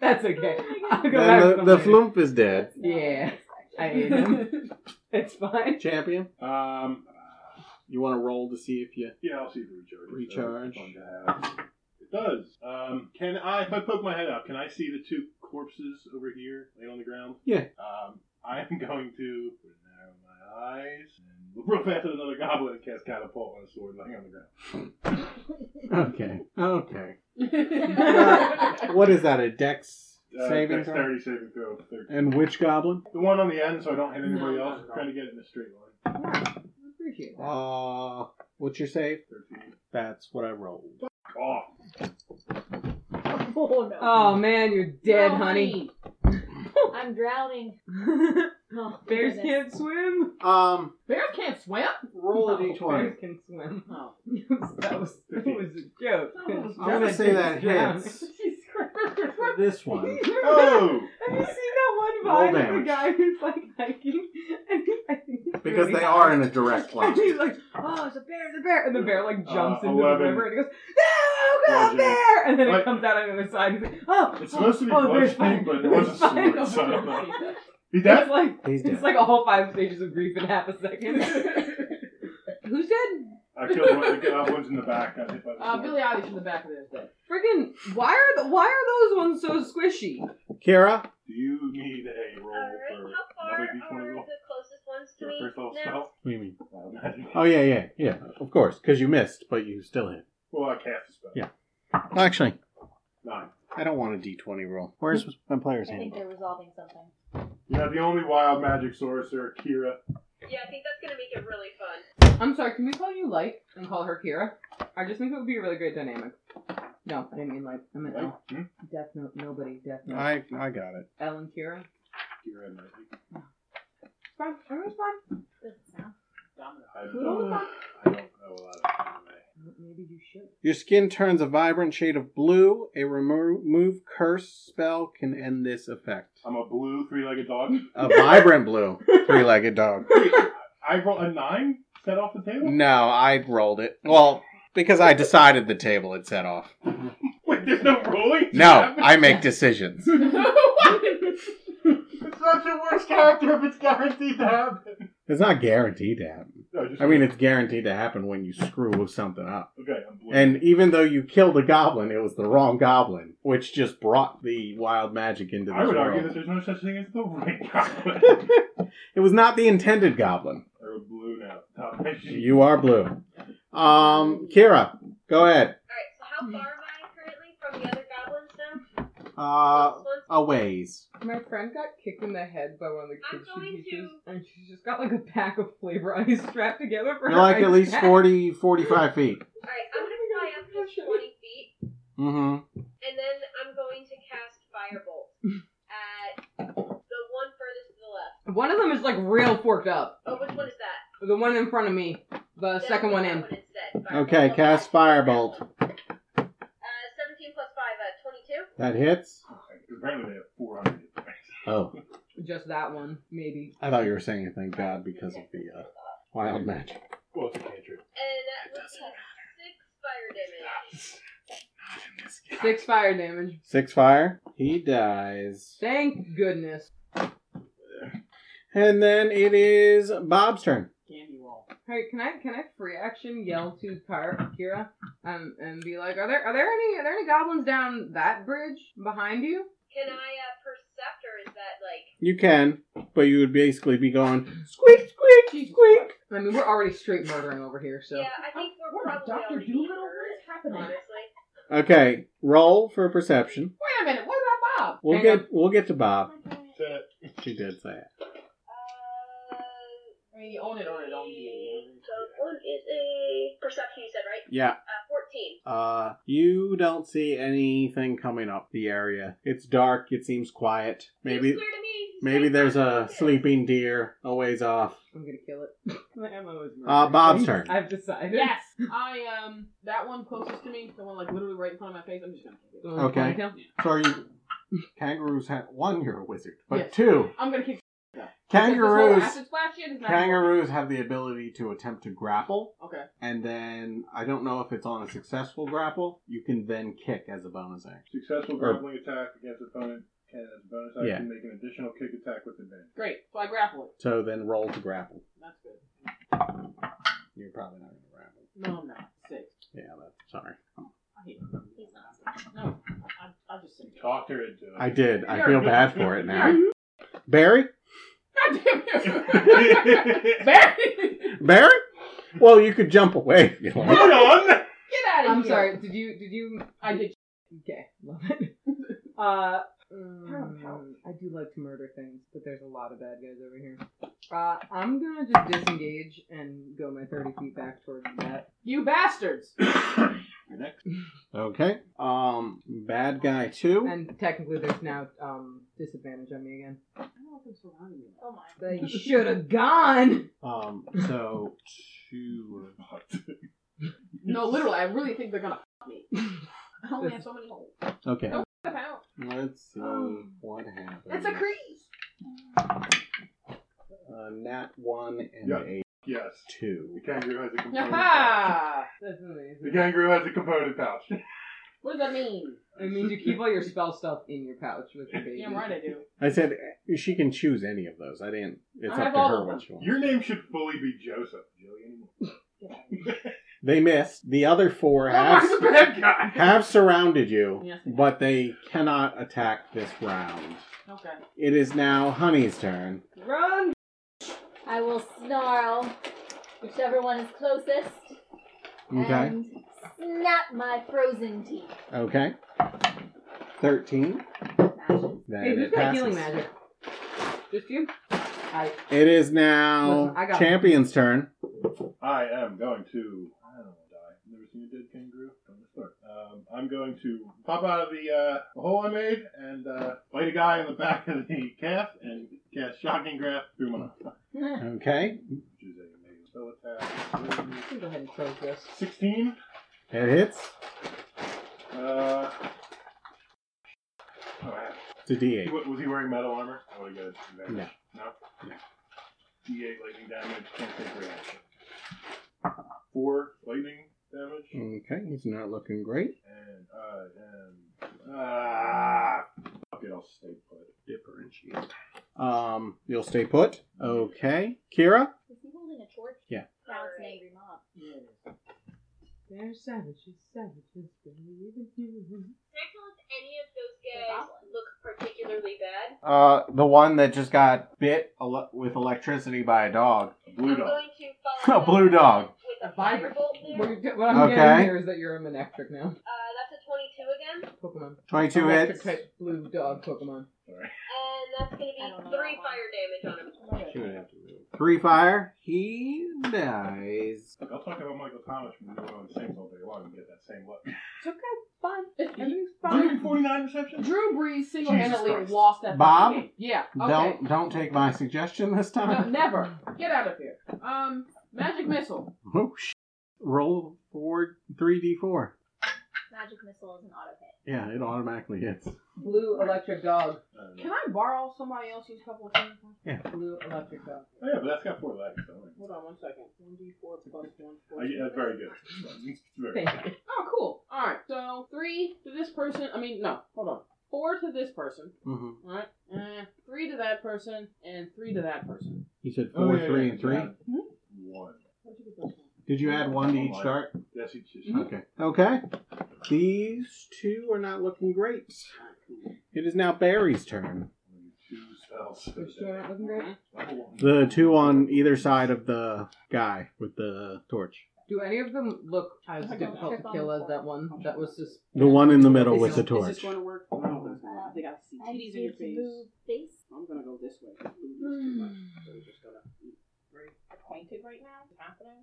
[SPEAKER 2] that's okay. I'll go back to
[SPEAKER 1] And
[SPEAKER 2] them
[SPEAKER 1] the, the
[SPEAKER 2] later.
[SPEAKER 1] flump is dead.
[SPEAKER 2] Yeah, I ate him. it's fine.
[SPEAKER 1] Champion,
[SPEAKER 5] Um,
[SPEAKER 1] you want to roll to see if you
[SPEAKER 5] yeah, I'll see if it recharges.
[SPEAKER 1] Recharge.
[SPEAKER 5] That's fun to have. It does. Um, can I, if I poke my head up, can I see the two corpses over here laying on the ground?
[SPEAKER 1] Yeah.
[SPEAKER 5] Um, I am going to narrow my eyes and look real fast at another goblin and cast catapult on a sword lying on the ground.
[SPEAKER 1] Okay. Okay.
[SPEAKER 6] I
[SPEAKER 1] What is that? A dex
[SPEAKER 5] Uh,
[SPEAKER 1] saving throw?
[SPEAKER 5] dexterity saving throw. of 13.
[SPEAKER 1] And which goblin?
[SPEAKER 5] The one on the end, so I don't hit anybody
[SPEAKER 6] No,
[SPEAKER 5] else.
[SPEAKER 6] no, no.
[SPEAKER 5] Trying to get it in a straight line.
[SPEAKER 2] I appreciate that.
[SPEAKER 1] Uh, what's your save?
[SPEAKER 5] 13.
[SPEAKER 1] That's what I rolled.
[SPEAKER 5] Oh,
[SPEAKER 3] Oh no.
[SPEAKER 2] Oh man, you're dead, honey.
[SPEAKER 3] I'm drowning. Oh,
[SPEAKER 2] Bears
[SPEAKER 3] goodness.
[SPEAKER 2] can't swim.
[SPEAKER 1] Um,
[SPEAKER 6] Bears can't swim?
[SPEAKER 1] Roll a
[SPEAKER 2] No,
[SPEAKER 1] d20.
[SPEAKER 2] bears can swim.
[SPEAKER 6] Oh.
[SPEAKER 2] that was that was a joke.
[SPEAKER 6] I'm
[SPEAKER 1] I'm gonna say that hits.
[SPEAKER 2] Jesus Christ.
[SPEAKER 1] This
[SPEAKER 2] Have
[SPEAKER 1] one.
[SPEAKER 2] you seen
[SPEAKER 5] Oh!
[SPEAKER 2] that
[SPEAKER 1] Roll
[SPEAKER 2] one vine of
[SPEAKER 1] damage.
[SPEAKER 2] the guy who's like hiking? And he- I think it's
[SPEAKER 1] Because
[SPEAKER 2] really
[SPEAKER 1] they
[SPEAKER 2] high.
[SPEAKER 1] are in a direct line.
[SPEAKER 2] And he's like, oh, it's a bear, it's a bear. And the bear like jumps
[SPEAKER 5] Uh,
[SPEAKER 2] into
[SPEAKER 5] 11.
[SPEAKER 2] the river and he goes, no, go
[SPEAKER 5] Roger.
[SPEAKER 2] bear! And then
[SPEAKER 5] What?
[SPEAKER 2] it comes out on the other side. He's like, oh,
[SPEAKER 5] It's
[SPEAKER 2] oh,
[SPEAKER 5] supposed to be
[SPEAKER 2] oh, there's
[SPEAKER 5] bludgeoning,
[SPEAKER 2] fine.
[SPEAKER 5] but it wasn't
[SPEAKER 2] There's fine.
[SPEAKER 5] sword, so I don't know. He
[SPEAKER 2] It's
[SPEAKER 5] dead?
[SPEAKER 2] like,
[SPEAKER 1] He's
[SPEAKER 2] it's
[SPEAKER 1] dead.
[SPEAKER 2] like a whole five stages of grief in half a second. Who's dead?
[SPEAKER 5] I killed one. The uh, one's in the back. I hit by the
[SPEAKER 6] Uh,
[SPEAKER 5] sword.
[SPEAKER 6] Billy Eilish's in the back of the head.
[SPEAKER 2] Friggin', why are the why are those ones so squishy?
[SPEAKER 1] Kira,
[SPEAKER 5] Do you need a roll
[SPEAKER 4] Alright, how
[SPEAKER 5] for
[SPEAKER 4] far
[SPEAKER 5] another
[SPEAKER 4] are
[SPEAKER 5] d20 roll?
[SPEAKER 4] the closest ones to
[SPEAKER 5] Your
[SPEAKER 4] me
[SPEAKER 5] first level
[SPEAKER 4] now?
[SPEAKER 5] spell?
[SPEAKER 1] What do you mean?
[SPEAKER 5] I would imagine.
[SPEAKER 1] Oh yeah, yeah, yeah. Of course, because you missed, but you still hit.
[SPEAKER 5] Well, I cast a spell.
[SPEAKER 1] Yeah. Actually,
[SPEAKER 5] Nine.
[SPEAKER 1] I don't want a D20 roll. Where's my
[SPEAKER 3] I
[SPEAKER 1] player's
[SPEAKER 3] think
[SPEAKER 1] handbook?
[SPEAKER 3] they're resolving something.
[SPEAKER 5] You're not the only wild magic sorcerer, Kira.
[SPEAKER 4] Yeah, I think that's gonna make it really fun.
[SPEAKER 2] I'm sorry, can we call you Light and call her Kira? I just think it would be a really great dynamic. No, I didn't mean Light. I meant
[SPEAKER 5] Right?
[SPEAKER 2] L.
[SPEAKER 5] Hmm?
[SPEAKER 2] Death Note, nobody, Death Note.
[SPEAKER 1] I I got it.
[SPEAKER 2] L and Kira.
[SPEAKER 5] Kira and Magic.
[SPEAKER 2] It's fine, everyone's fine.
[SPEAKER 3] Doesn't sound.
[SPEAKER 5] I don't,
[SPEAKER 2] Cool.
[SPEAKER 5] I don't know a lot of anime.
[SPEAKER 2] Maybe you should.
[SPEAKER 1] Your skin turns a vibrant shade of blue. A remo- remove curse spell can end this effect.
[SPEAKER 5] I'm a blue three-legged dog.
[SPEAKER 1] A vibrant blue three-legged dog.
[SPEAKER 5] I roll a nine. Set off the table.
[SPEAKER 1] No, I rolled it. Well, because I decided the table had set off.
[SPEAKER 5] Wait, there's no rolling.
[SPEAKER 1] No, I make decisions.
[SPEAKER 5] It's not your worst character if it's guaranteed to happen.
[SPEAKER 1] It's not guaranteed to happen.
[SPEAKER 5] No, just
[SPEAKER 1] I mean, it's guaranteed to happen when you screw something up.
[SPEAKER 5] okay. I'm blue.
[SPEAKER 1] And even though you killed a goblin, it was the wrong goblin, which just brought the wild magic into the
[SPEAKER 5] I would
[SPEAKER 1] world.
[SPEAKER 5] argue that there's no such thing as the right goblin.
[SPEAKER 1] it was not the intended goblin.
[SPEAKER 5] Or blue now. Top my sheet.
[SPEAKER 1] You are blue. Um, Kira, go ahead.
[SPEAKER 4] Alright, so how far am I currently from the other goblins now?
[SPEAKER 1] Uh,
[SPEAKER 4] Closest ones?
[SPEAKER 1] a ways.
[SPEAKER 2] My friend got kicked in the head by one of the
[SPEAKER 4] I'm
[SPEAKER 2] kids
[SPEAKER 4] going
[SPEAKER 2] she teaches,
[SPEAKER 4] to-
[SPEAKER 2] and she's just got like a pack of flavor ice strapped together for
[SPEAKER 1] You're
[SPEAKER 2] her.
[SPEAKER 1] like
[SPEAKER 2] ice
[SPEAKER 1] at least
[SPEAKER 2] pack.
[SPEAKER 1] 40, 45 feet.
[SPEAKER 4] Alright, I'm gonna fly up to 20 feet,
[SPEAKER 1] Mm-hmm.
[SPEAKER 4] and then I'm going to cast Firebolt at the one furthest to the left.
[SPEAKER 2] One of them is like real forked up.
[SPEAKER 4] Oh, which one is that?
[SPEAKER 2] The one in front of me, the
[SPEAKER 4] Then
[SPEAKER 2] second
[SPEAKER 4] I'll
[SPEAKER 2] one
[SPEAKER 4] do
[SPEAKER 2] in.
[SPEAKER 4] that instead. Firebolt.
[SPEAKER 1] Okay, cast Firebolt.
[SPEAKER 4] Uh, 17 plus 5, uh, 22.
[SPEAKER 1] That hits?
[SPEAKER 5] Apparently they have 400.
[SPEAKER 1] Oh,
[SPEAKER 2] Just that one, maybe.
[SPEAKER 1] I thought you were saying thank God because of the uh, wild magic.
[SPEAKER 5] Well, it's a cantrip.
[SPEAKER 4] And that would be 6 fire damage.
[SPEAKER 2] Six fire damage.
[SPEAKER 1] Six fire. He dies.
[SPEAKER 2] Thank goodness.
[SPEAKER 1] And then it is Bob's turn.
[SPEAKER 6] Candy wall.
[SPEAKER 2] Hey, can I can I free action yell to Kyra, Kira, um, and be like, are there are there any are there any goblins down that bridge behind you?
[SPEAKER 4] Can I, uh, Percept, or is that, like...
[SPEAKER 1] You can, but you would basically be going squeak, squeak, squeak.
[SPEAKER 2] I mean, we're already straight murdering over here, so
[SPEAKER 4] Yeah, I think we're
[SPEAKER 6] What,
[SPEAKER 4] probably
[SPEAKER 6] Dr.
[SPEAKER 4] already
[SPEAKER 6] Doolittle?
[SPEAKER 4] heard,
[SPEAKER 6] What is happening?
[SPEAKER 4] Honestly.
[SPEAKER 1] Okay, roll for perception.
[SPEAKER 6] Wait a minute, what about Bob?
[SPEAKER 1] We'll
[SPEAKER 2] Hang
[SPEAKER 1] get
[SPEAKER 2] on.
[SPEAKER 1] we'll get to Bob.
[SPEAKER 5] Set.
[SPEAKER 1] She did say it.
[SPEAKER 4] Uh,
[SPEAKER 6] I mean, you own it or it don't
[SPEAKER 4] so one is a perception. You said right?
[SPEAKER 1] Yeah.
[SPEAKER 4] Uh, Fourteen.
[SPEAKER 1] Uh, you don't see anything coming up the area. It's dark. It seems quiet. Maybe
[SPEAKER 4] Seems clear to me.
[SPEAKER 1] maybe there's a
[SPEAKER 4] Okay.
[SPEAKER 1] sleeping deer a ways off.
[SPEAKER 2] I'm gonna kill it. My ammo is
[SPEAKER 1] Uh,
[SPEAKER 2] murdering
[SPEAKER 1] Bob's
[SPEAKER 2] things.
[SPEAKER 1] turn.
[SPEAKER 2] I've decided.
[SPEAKER 6] Yes, I um that one closest to me, the one like literally right in front of my face. I'm just gonna. kick
[SPEAKER 2] The
[SPEAKER 6] it.
[SPEAKER 2] one with the
[SPEAKER 1] Okay.
[SPEAKER 2] ponytail?
[SPEAKER 1] So are you? Kangaroos have one. You're a wizard, but
[SPEAKER 6] Yes.
[SPEAKER 1] two
[SPEAKER 6] I'm gonna kick.
[SPEAKER 1] kangaroos.
[SPEAKER 6] Acid splash shit is not
[SPEAKER 1] Kangaroos have the ability to attempt to grapple.
[SPEAKER 6] Okay.
[SPEAKER 1] and then I don't know if it's on a successful grapple. You can then kick as a bonus action.
[SPEAKER 5] Successful
[SPEAKER 1] Or-
[SPEAKER 5] grappling attack against opponent can, as a bonus action,
[SPEAKER 1] Yeah.
[SPEAKER 5] make an additional kick attack with advantage.
[SPEAKER 6] Great. So I grapple it.
[SPEAKER 1] So then roll to grapple.
[SPEAKER 6] That's good.
[SPEAKER 1] You're probably not going to grapple.
[SPEAKER 6] No, I'm not six.
[SPEAKER 1] Yeah, that's sorry.
[SPEAKER 6] I hate it. He's not six. No, I'm, I'm just sitting.
[SPEAKER 5] Talked her into it.
[SPEAKER 1] I did. I feel bad for it now. Barry?
[SPEAKER 6] God damn it! Barry,
[SPEAKER 1] Barry? Well, you could jump away if you like.
[SPEAKER 5] Hold on!
[SPEAKER 6] get out of here.
[SPEAKER 2] I'm sorry. Did you did you?
[SPEAKER 6] I did.
[SPEAKER 2] Okay, love it. Uh,
[SPEAKER 6] Pound,
[SPEAKER 2] mm,
[SPEAKER 6] pound.
[SPEAKER 2] I do like to murder things, but there's a lot of bad guys over here. Uh, I'm gonna just disengage and go my 30 feet back towards that.
[SPEAKER 6] You bastards.
[SPEAKER 5] You're next.
[SPEAKER 1] Okay. Um, bad guy two.
[SPEAKER 2] And technically, there's now um, disadvantage on me again.
[SPEAKER 6] Oh I don't know if I'm surrounding you.
[SPEAKER 3] Oh
[SPEAKER 2] They
[SPEAKER 3] my.
[SPEAKER 2] should have gone.
[SPEAKER 1] Um, so
[SPEAKER 5] two were fucked.
[SPEAKER 6] No, literally, I really think they're gonna fuck me. I only have so many holes.
[SPEAKER 1] Okay.
[SPEAKER 6] No. What about?
[SPEAKER 1] Let's see
[SPEAKER 6] Oh.
[SPEAKER 1] what happens.
[SPEAKER 6] It's a crease.
[SPEAKER 1] Uh, nat one and
[SPEAKER 5] Yeah.
[SPEAKER 1] a
[SPEAKER 5] yes. The
[SPEAKER 1] two.
[SPEAKER 5] kangaroo has a component pouch.
[SPEAKER 6] Aha!
[SPEAKER 2] That's
[SPEAKER 5] The
[SPEAKER 2] amazing.
[SPEAKER 5] kangaroo has a component pouch.
[SPEAKER 6] What does that mean?
[SPEAKER 2] It means you keep all your spell stuff in your pouch with the baby.
[SPEAKER 6] Damn right I do.
[SPEAKER 1] I said eh, she can choose any of those. I didn't. It's
[SPEAKER 6] I
[SPEAKER 1] up
[SPEAKER 6] have
[SPEAKER 1] to
[SPEAKER 6] all
[SPEAKER 1] her
[SPEAKER 6] of
[SPEAKER 1] what
[SPEAKER 6] them.
[SPEAKER 1] she wants.
[SPEAKER 5] Your name should fully be Joseph, Jillian.
[SPEAKER 1] They missed. The other four have
[SPEAKER 6] I'm a bad guy.
[SPEAKER 1] have surrounded you,
[SPEAKER 6] Oh Yes.
[SPEAKER 1] but they cannot attack this round.
[SPEAKER 6] Okay.
[SPEAKER 1] It is now Honey's turn.
[SPEAKER 6] Run!
[SPEAKER 3] I will snarl, whichever one is closest,
[SPEAKER 1] Okay.
[SPEAKER 3] and snap my frozen teeth.
[SPEAKER 1] Okay. Thirteen.
[SPEAKER 3] Smashes.
[SPEAKER 1] Then
[SPEAKER 2] Hey, who's
[SPEAKER 1] it
[SPEAKER 2] got
[SPEAKER 1] passes.
[SPEAKER 2] healing magic? Just you? I
[SPEAKER 1] It is now
[SPEAKER 2] Listen, I got-
[SPEAKER 1] Champion's turn.
[SPEAKER 5] I am going to. I don't know, die. I've never seen a dead kangaroo. From the start. Um, I'm going to pop out of the, uh, the hole I made and uh, bite a guy in the back of the calf and cast shocking graph through my which
[SPEAKER 1] Okay.
[SPEAKER 5] is a negative spell attack.
[SPEAKER 2] can go ahead and close this.
[SPEAKER 5] Sixteen.
[SPEAKER 1] It hits.
[SPEAKER 5] Uh, oh, I have
[SPEAKER 1] It's a D8.
[SPEAKER 5] He wa- was he wearing metal armor? I would have got advantage. No. No.
[SPEAKER 1] No.
[SPEAKER 5] D8 lightning damage. Can't take reaction. Four lightning damage.
[SPEAKER 1] Okay, he's not looking great.
[SPEAKER 5] And I am. Ah! Fuck it, I'll stay put.
[SPEAKER 1] Differentiate. Um, you'll stay put. Okay, Kira.
[SPEAKER 3] Is he holding a torch?
[SPEAKER 1] Yeah.
[SPEAKER 3] Now it's an angry mob.
[SPEAKER 2] They're savages, savages, believe in you.
[SPEAKER 4] Can I tell if any of those guys look particularly bad?
[SPEAKER 1] Uh, the one that just got bit ele- with electricity by a dog.
[SPEAKER 5] A blue
[SPEAKER 4] I'm
[SPEAKER 5] dog.
[SPEAKER 4] going to
[SPEAKER 1] a
[SPEAKER 4] follow
[SPEAKER 1] blue
[SPEAKER 4] that
[SPEAKER 1] dog.
[SPEAKER 4] with
[SPEAKER 6] A
[SPEAKER 4] a
[SPEAKER 6] vibrant.
[SPEAKER 4] firebolt
[SPEAKER 2] What,
[SPEAKER 4] there.
[SPEAKER 2] you're get- what I'm
[SPEAKER 1] Okay.
[SPEAKER 2] getting here is that you're a Manectric now.
[SPEAKER 4] Uh, that's a 22 again,
[SPEAKER 2] Pokemon.
[SPEAKER 1] Twenty-two
[SPEAKER 2] Electric
[SPEAKER 1] hits.
[SPEAKER 2] type blue dog Pokemon.
[SPEAKER 4] and that's going to be
[SPEAKER 3] I don't know
[SPEAKER 4] three
[SPEAKER 3] that one.
[SPEAKER 4] fire damage on him.
[SPEAKER 1] Three fire. He dies.
[SPEAKER 5] I'll talk about Michael Thomas when we go on the same all day long and get that same look.
[SPEAKER 6] It's okay. Fine. Everything's fine.
[SPEAKER 5] 149 receptions?
[SPEAKER 6] Drew Brees single-handedly
[SPEAKER 5] Jesus Christ.
[SPEAKER 6] lost that
[SPEAKER 1] Bob?
[SPEAKER 6] fucking game. Yeah. Okay.
[SPEAKER 1] Don't don't take my suggestion this
[SPEAKER 6] No,
[SPEAKER 1] time.
[SPEAKER 6] never. Get out of here. Um, magic missile.
[SPEAKER 1] Oh, sh- roll forward three d four.
[SPEAKER 3] Magic missile is an auto hit.
[SPEAKER 1] Yeah, it automatically hits.
[SPEAKER 2] Blue electric dog.
[SPEAKER 5] Uh,
[SPEAKER 6] Can I borrow somebody else's couple of things?
[SPEAKER 2] Blue electric dog.
[SPEAKER 5] oh, yeah, but that's got four legs. So
[SPEAKER 6] Hold on one second. One d four plus one.
[SPEAKER 5] I, yeah, that's very good. It's very-
[SPEAKER 2] Thank you.
[SPEAKER 6] Oh, cool. All right. So three to this person. I mean, no. Hold on. Four to this person.
[SPEAKER 1] Mm-hmm.
[SPEAKER 6] All right. Uh, three to that person and three to that person.
[SPEAKER 1] You said
[SPEAKER 5] Oh,
[SPEAKER 1] four,
[SPEAKER 5] yeah,
[SPEAKER 1] three,
[SPEAKER 5] yeah,
[SPEAKER 1] and three.
[SPEAKER 5] yeah. One.
[SPEAKER 6] Where'd you get those from?
[SPEAKER 1] Did you add one to each dart?
[SPEAKER 5] Yes, it's just.
[SPEAKER 6] Mhm.
[SPEAKER 1] Okay. Mm-hmm. Okay. These two are not looking great. It is now Barry's turn.
[SPEAKER 5] Two spells.
[SPEAKER 2] Which two aren't looking great?
[SPEAKER 5] Level one.
[SPEAKER 1] The two on e- either side of the guy with the torch.
[SPEAKER 2] Do any of them look as
[SPEAKER 6] I don't
[SPEAKER 2] difficult
[SPEAKER 3] check
[SPEAKER 2] to
[SPEAKER 3] on
[SPEAKER 2] kill
[SPEAKER 3] the
[SPEAKER 2] as
[SPEAKER 3] board.
[SPEAKER 2] that one that was just
[SPEAKER 1] The one in the middle
[SPEAKER 2] Is
[SPEAKER 1] with
[SPEAKER 2] this-
[SPEAKER 1] the
[SPEAKER 6] Is
[SPEAKER 1] torch.
[SPEAKER 6] this going to work? No, there's not. Oh, They got CTs in your
[SPEAKER 3] Activates move
[SPEAKER 6] face.
[SPEAKER 3] face.
[SPEAKER 6] I'm going to go this way. Blue is too much, so we're just going to be very acquainted Hmm. right now. It's happening.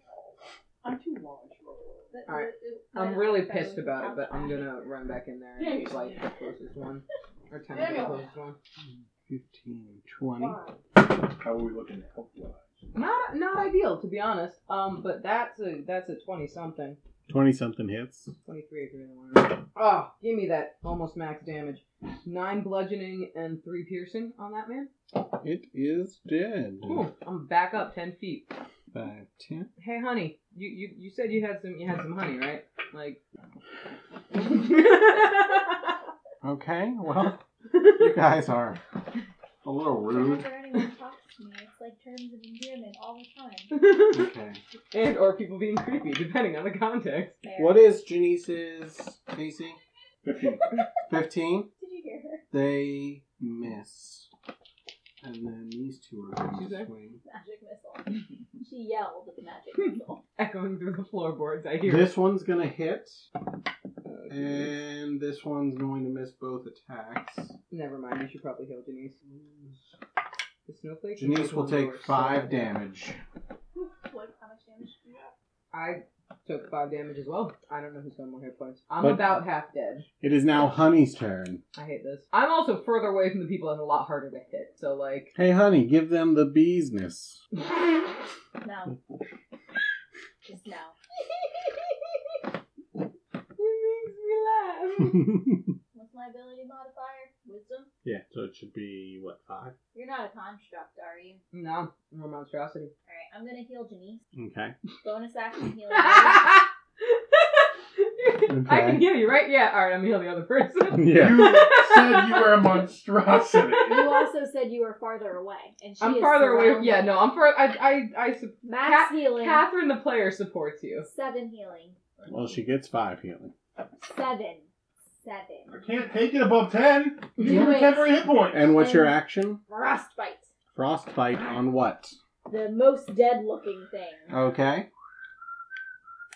[SPEAKER 6] I'm too large.
[SPEAKER 2] All right. I'm really pissed about it, but I'm gonna run back in there and fight the closest one. Or time
[SPEAKER 6] There
[SPEAKER 2] the
[SPEAKER 6] you go.
[SPEAKER 2] closest one.
[SPEAKER 1] 15, 20.
[SPEAKER 5] How are we looking health wise?
[SPEAKER 2] Not not ideal to be honest. Um, but that's a that's a twenty something.
[SPEAKER 1] 20 something hits.
[SPEAKER 2] Twenty three if you're in the one. Oh, give me that almost max damage. Nine bludgeoning and three piercing on that man.
[SPEAKER 1] It is dead.
[SPEAKER 2] Cool. I'm back up ten feet.
[SPEAKER 1] 5, 10.
[SPEAKER 2] Hey honey, you, you, you said you had some you had some honey, right? Like
[SPEAKER 1] Okay, well, you guys are a little rude.
[SPEAKER 3] Whenever anyone talks to me, it's like terms of endearment all the time.
[SPEAKER 1] Okay.
[SPEAKER 2] and or people being creepy, depending on the context.
[SPEAKER 3] There.
[SPEAKER 1] What is Janice's AC?
[SPEAKER 5] 15.
[SPEAKER 1] 15.
[SPEAKER 3] Did you hear her?
[SPEAKER 1] They miss. And then these two are going
[SPEAKER 2] She's
[SPEAKER 1] to
[SPEAKER 2] there.
[SPEAKER 1] swing.
[SPEAKER 3] Magic missile. She yelled with the magic missile.
[SPEAKER 2] Echoing through the floorboards, I hear.
[SPEAKER 1] This one's going to hit,
[SPEAKER 2] Uh,
[SPEAKER 1] and this one's going to miss both attacks.
[SPEAKER 2] Never mind, you should probably heal Janice. The snowflake.
[SPEAKER 1] Janice will take five damage.
[SPEAKER 3] what? How much damage do you have?
[SPEAKER 2] I took five damage as well. I don't know who's got more hit points. I'm
[SPEAKER 1] But-
[SPEAKER 2] about half dead.
[SPEAKER 1] It is now Honey's turn.
[SPEAKER 2] I hate this. I'm also further away from the people and a lot harder to hit. So like,
[SPEAKER 1] Hey, Honey, give them the beesness.
[SPEAKER 3] No. Just now.
[SPEAKER 2] It makes me laugh.
[SPEAKER 3] What's my ability modifier? Wisdom?
[SPEAKER 1] yeah, so it should be what five?
[SPEAKER 3] You're not a construct, are you?
[SPEAKER 2] no, I'm a monstrosity.
[SPEAKER 3] Alright, I'm gonna heal Janice.
[SPEAKER 1] Okay.
[SPEAKER 3] Bonus action heal. Janice.
[SPEAKER 2] I
[SPEAKER 1] Okay.
[SPEAKER 2] can heal you, right? Yeah. All right, I'm gonna heal the other person.
[SPEAKER 1] Yeah.
[SPEAKER 5] You said you were a monstrosity.
[SPEAKER 3] you also said you were farther away. And she
[SPEAKER 2] I'm
[SPEAKER 3] is
[SPEAKER 2] farther away. Yeah,
[SPEAKER 3] surrounded.
[SPEAKER 2] no, I'm far. I, I, I. su-
[SPEAKER 3] Max
[SPEAKER 2] Cat-
[SPEAKER 3] healing.
[SPEAKER 2] Catherine, the player, supports you.
[SPEAKER 3] Seven healing.
[SPEAKER 1] Well, she gets five healing.
[SPEAKER 3] Seven.
[SPEAKER 5] I
[SPEAKER 3] Seven.
[SPEAKER 5] can't take it above 10. You
[SPEAKER 3] Do
[SPEAKER 5] have a
[SPEAKER 3] it.
[SPEAKER 5] temporary hit point.
[SPEAKER 1] And what's your action?
[SPEAKER 3] Frostbite.
[SPEAKER 1] Frostbite on what?
[SPEAKER 3] The most dead looking thing.
[SPEAKER 1] Okay.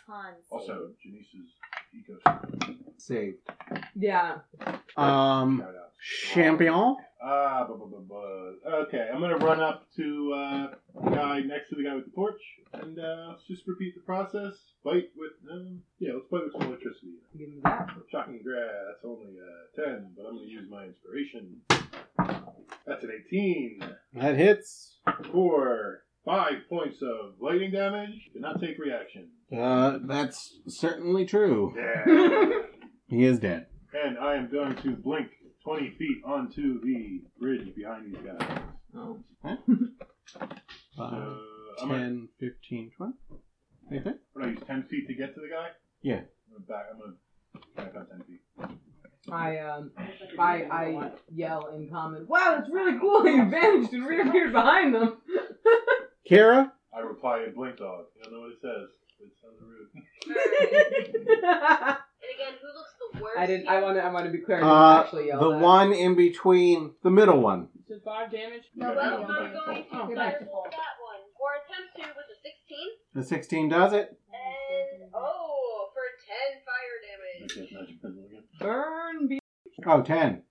[SPEAKER 3] Hans.
[SPEAKER 5] also, Janice's ecosystem.
[SPEAKER 1] Save.
[SPEAKER 2] Yeah.
[SPEAKER 1] Um,
[SPEAKER 5] Shout out.
[SPEAKER 1] champion.
[SPEAKER 5] Ah, bu- bu- bu- bu- okay. I'm gonna run up to uh, the guy next to the guy with the torch, and uh, let's just repeat the process. Bite with, um, yeah, let's bite with some electricity.
[SPEAKER 2] Give me that.
[SPEAKER 5] Shocking grass, only uh, ten, but I'm gonna use my inspiration. That's an eighteen.
[SPEAKER 1] That hits.
[SPEAKER 5] Four, five points of lightning damage. Do not take reaction.
[SPEAKER 1] Uh, that's certainly true.
[SPEAKER 5] Yeah.
[SPEAKER 1] He is dead.
[SPEAKER 5] and I am going to blink twenty feet onto the bridge behind these guys.
[SPEAKER 2] Oh.
[SPEAKER 5] So
[SPEAKER 1] Five,
[SPEAKER 5] I'm gonna
[SPEAKER 1] 10, 15, 20. Anything?
[SPEAKER 5] What do I use? Ten feet to get to the guy?
[SPEAKER 1] Yeah.
[SPEAKER 5] I'm gonna back. I'm gonna back on ten feet.
[SPEAKER 2] I um I I yell in comment. Wow, that's really cool. You vanished and reappeared behind them.
[SPEAKER 1] Kara?
[SPEAKER 5] I reply in blink dog. You don't know what it says. It sounds rude.
[SPEAKER 4] Alright. And again, who looks the worst?
[SPEAKER 2] I did. I want to. I want to be clear. I didn't
[SPEAKER 1] Uh,
[SPEAKER 2] actually yell
[SPEAKER 1] the
[SPEAKER 2] that.
[SPEAKER 1] one in between, the middle one.
[SPEAKER 6] So five damage.
[SPEAKER 3] No,
[SPEAKER 5] You
[SPEAKER 3] but
[SPEAKER 5] gotta
[SPEAKER 3] I'm
[SPEAKER 5] do it
[SPEAKER 4] I'm
[SPEAKER 5] with the
[SPEAKER 4] going
[SPEAKER 5] back
[SPEAKER 4] to fireball
[SPEAKER 6] Oh,
[SPEAKER 4] that one, or attempt to with a 16,
[SPEAKER 1] The 16 does it.
[SPEAKER 4] and oh, for 10 fire damage.
[SPEAKER 5] pole. Okay, now you can do it again.
[SPEAKER 2] burn. Be-
[SPEAKER 1] Oh, 10.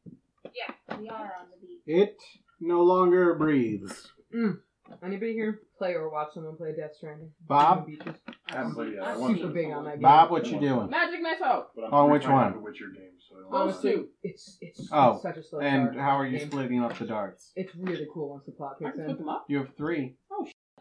[SPEAKER 3] We are on the beach.
[SPEAKER 1] It no longer breathes.
[SPEAKER 2] Anybody here play or watch someone play Death Stranding?
[SPEAKER 1] Bob?
[SPEAKER 2] Beaches.
[SPEAKER 5] I'm, but yeah, I
[SPEAKER 6] I'm
[SPEAKER 5] want
[SPEAKER 2] super
[SPEAKER 5] to-
[SPEAKER 2] big on that game.
[SPEAKER 1] Bob, what you doing?
[SPEAKER 6] Magic missile.
[SPEAKER 5] But I'm
[SPEAKER 1] On
[SPEAKER 5] pretty
[SPEAKER 1] which
[SPEAKER 5] tired of
[SPEAKER 1] one?
[SPEAKER 5] The Witcher game, so I don't
[SPEAKER 2] Oh,
[SPEAKER 5] wanna-
[SPEAKER 6] Those two.
[SPEAKER 2] It's it's
[SPEAKER 1] Oh,
[SPEAKER 2] such a slow
[SPEAKER 1] And
[SPEAKER 2] start.
[SPEAKER 1] how are you splitting up the darts?
[SPEAKER 2] It's really cool once the plot
[SPEAKER 6] I
[SPEAKER 2] kicks
[SPEAKER 6] can put
[SPEAKER 2] in.
[SPEAKER 6] them up.
[SPEAKER 1] You have three.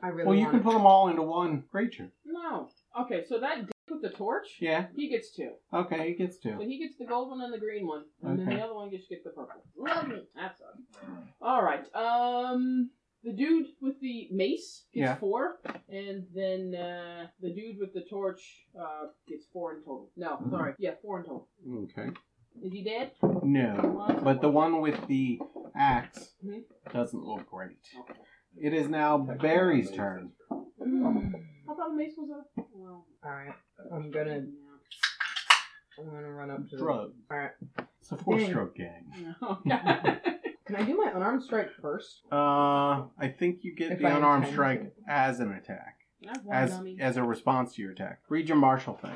[SPEAKER 2] I really
[SPEAKER 1] Well, you
[SPEAKER 2] want
[SPEAKER 1] can put them all into one creature.
[SPEAKER 6] No. Okay, so that dick with the torch,
[SPEAKER 1] Yeah.
[SPEAKER 6] he gets two.
[SPEAKER 1] Okay, he gets
[SPEAKER 6] So
[SPEAKER 1] two.
[SPEAKER 6] he gets the gold one and the green one, and then
[SPEAKER 1] Okay.
[SPEAKER 6] the other one just gets the purple. Lovely. That's awesome. All right. Um, the dude with the mace gets
[SPEAKER 1] Yeah.
[SPEAKER 6] four, and then uh, the dude with the torch uh, gets four in total. No, sorry, yeah, four in total.
[SPEAKER 1] Mm-hmm. Okay.
[SPEAKER 6] Is he dead?
[SPEAKER 1] No. But the one with the axe
[SPEAKER 6] Mhm.
[SPEAKER 1] doesn't look great.
[SPEAKER 6] Okay.
[SPEAKER 1] It is now Barry's turn.
[SPEAKER 6] Hmm. I thought a mace was a. Well,
[SPEAKER 2] All right, I'm gonna
[SPEAKER 6] no.
[SPEAKER 2] I'm gonna run up to. the-
[SPEAKER 1] Drug.
[SPEAKER 2] Alright.
[SPEAKER 1] It's a four stroke gang.
[SPEAKER 6] oh,
[SPEAKER 2] Can I do my unarmed strike first?
[SPEAKER 1] Uh, I think you get
[SPEAKER 2] If
[SPEAKER 1] the
[SPEAKER 2] I
[SPEAKER 1] unarmed
[SPEAKER 2] intend
[SPEAKER 1] strike as an attack,
[SPEAKER 6] I have one
[SPEAKER 1] as
[SPEAKER 6] dummy.
[SPEAKER 1] as a response to your attack. Read your martial thing.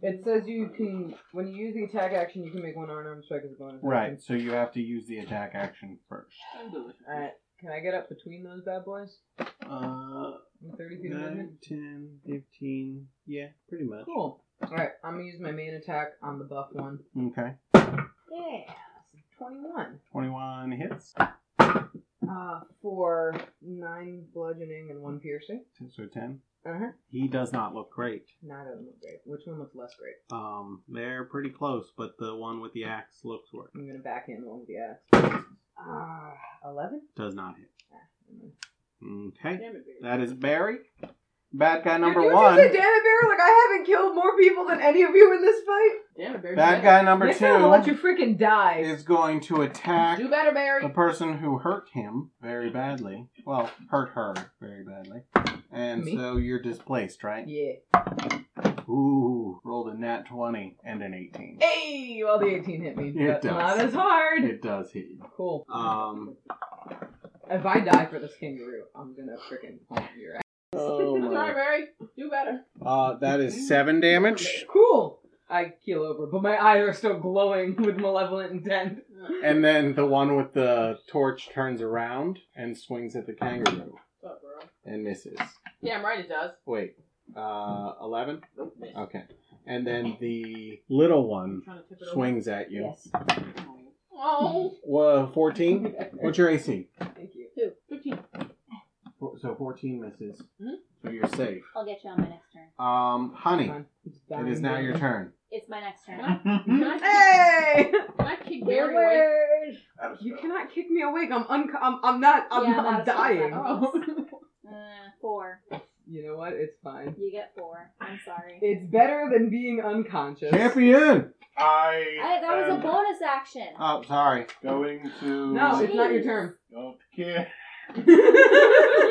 [SPEAKER 2] It says you can when you use the attack action, you can make one unarmed strike as a bonus.
[SPEAKER 1] Right. So you have to use the attack action first.
[SPEAKER 6] I'm delicious.
[SPEAKER 2] All right. Can I get up between those bad boys?
[SPEAKER 1] Uh,
[SPEAKER 2] I'm Thirty feet of movement.
[SPEAKER 1] 10, 15. Yeah, pretty much.
[SPEAKER 2] Cool. All right. I'm gonna use my main attack on the buff one.
[SPEAKER 1] Okay.
[SPEAKER 2] Yeah. Twenty-one.
[SPEAKER 1] Twenty-one hits.
[SPEAKER 2] Uh, for nine bludgeoning and one piercing.
[SPEAKER 1] So ten.
[SPEAKER 2] Uh
[SPEAKER 6] Uh-huh.
[SPEAKER 2] huh.
[SPEAKER 1] He does not look great.
[SPEAKER 2] Neither of them look great. Which one looks less great?
[SPEAKER 1] Um, they're pretty close, but the one with the axe looks worse.
[SPEAKER 2] I'm gonna back in the one with the axe. Ah, eleven.
[SPEAKER 1] Does not hit. Okay.
[SPEAKER 6] Damn it, Barry.
[SPEAKER 1] That is Barry. Bad guy
[SPEAKER 2] Did
[SPEAKER 1] number
[SPEAKER 2] you just say,
[SPEAKER 1] one.
[SPEAKER 2] "Damn it, Bear! Like I haven't killed more people than any of you in this fight."
[SPEAKER 6] Damn it, Barry.
[SPEAKER 1] Bad guy number
[SPEAKER 2] Next time I'll let
[SPEAKER 1] two
[SPEAKER 2] you freaking die.
[SPEAKER 1] is going to attack
[SPEAKER 6] Do better,
[SPEAKER 1] the
[SPEAKER 6] Barry.
[SPEAKER 1] person who hurt him very badly. Well, hurt her very badly. And
[SPEAKER 2] Me?
[SPEAKER 1] so you're displaced, right?
[SPEAKER 2] Yeah.
[SPEAKER 1] Ooh, rolled a nat 20 and an 18.
[SPEAKER 2] Hey, well the 18 hit me.
[SPEAKER 1] It
[SPEAKER 2] but
[SPEAKER 1] does.
[SPEAKER 2] Not as hard.
[SPEAKER 1] It does hit you.
[SPEAKER 2] Cool.
[SPEAKER 1] Um,
[SPEAKER 2] If I die for this kangaroo, I'm gonna freaking haunt your ass.
[SPEAKER 1] oh
[SPEAKER 6] That's all right, Barry. Do better.
[SPEAKER 1] Uh, that is seven damage.
[SPEAKER 2] Cool. I keel over, but my eyes are still glowing with malevolent intent.
[SPEAKER 1] And then the one with the torch turns around and swings at the kangaroo
[SPEAKER 6] What's up, bro?
[SPEAKER 1] and misses.
[SPEAKER 6] Damn right it does.
[SPEAKER 1] Wait, uh, 11? Okay. And then the little one
[SPEAKER 6] Trying to tip it over.
[SPEAKER 1] swings at you.
[SPEAKER 6] Oh.
[SPEAKER 1] Whoa, 14? What's your AC?
[SPEAKER 2] Thank you.
[SPEAKER 6] Two. Fifteen.
[SPEAKER 1] Four- So 14 misses.
[SPEAKER 6] Mhm.
[SPEAKER 2] Hmm?
[SPEAKER 1] So you're safe.
[SPEAKER 3] I'll get you on my next turn.
[SPEAKER 1] Um, honey,
[SPEAKER 2] Come on. It's
[SPEAKER 1] it
[SPEAKER 2] dying.
[SPEAKER 1] is now your turn.
[SPEAKER 3] It's my next turn.
[SPEAKER 6] Not
[SPEAKER 2] Hey!
[SPEAKER 6] Not kick Gary away.
[SPEAKER 2] Awake. You cannot kick me awake. I'm un. I'm, I'm not. I'm,
[SPEAKER 3] Yeah,
[SPEAKER 2] I'm
[SPEAKER 3] that's not
[SPEAKER 2] dying.
[SPEAKER 3] that
[SPEAKER 6] Oh.
[SPEAKER 3] Uh, four.
[SPEAKER 2] You know what? It's fine.
[SPEAKER 3] You get four. I'm sorry.
[SPEAKER 2] It's better than being unconscious.
[SPEAKER 1] Champion!
[SPEAKER 5] I.
[SPEAKER 3] I, that was
[SPEAKER 5] am
[SPEAKER 3] a
[SPEAKER 1] Um,
[SPEAKER 3] bonus action.
[SPEAKER 1] Oh, sorry.
[SPEAKER 5] Going to.
[SPEAKER 2] No, it's not your
[SPEAKER 3] Jeez.
[SPEAKER 2] turn.
[SPEAKER 5] Don't care.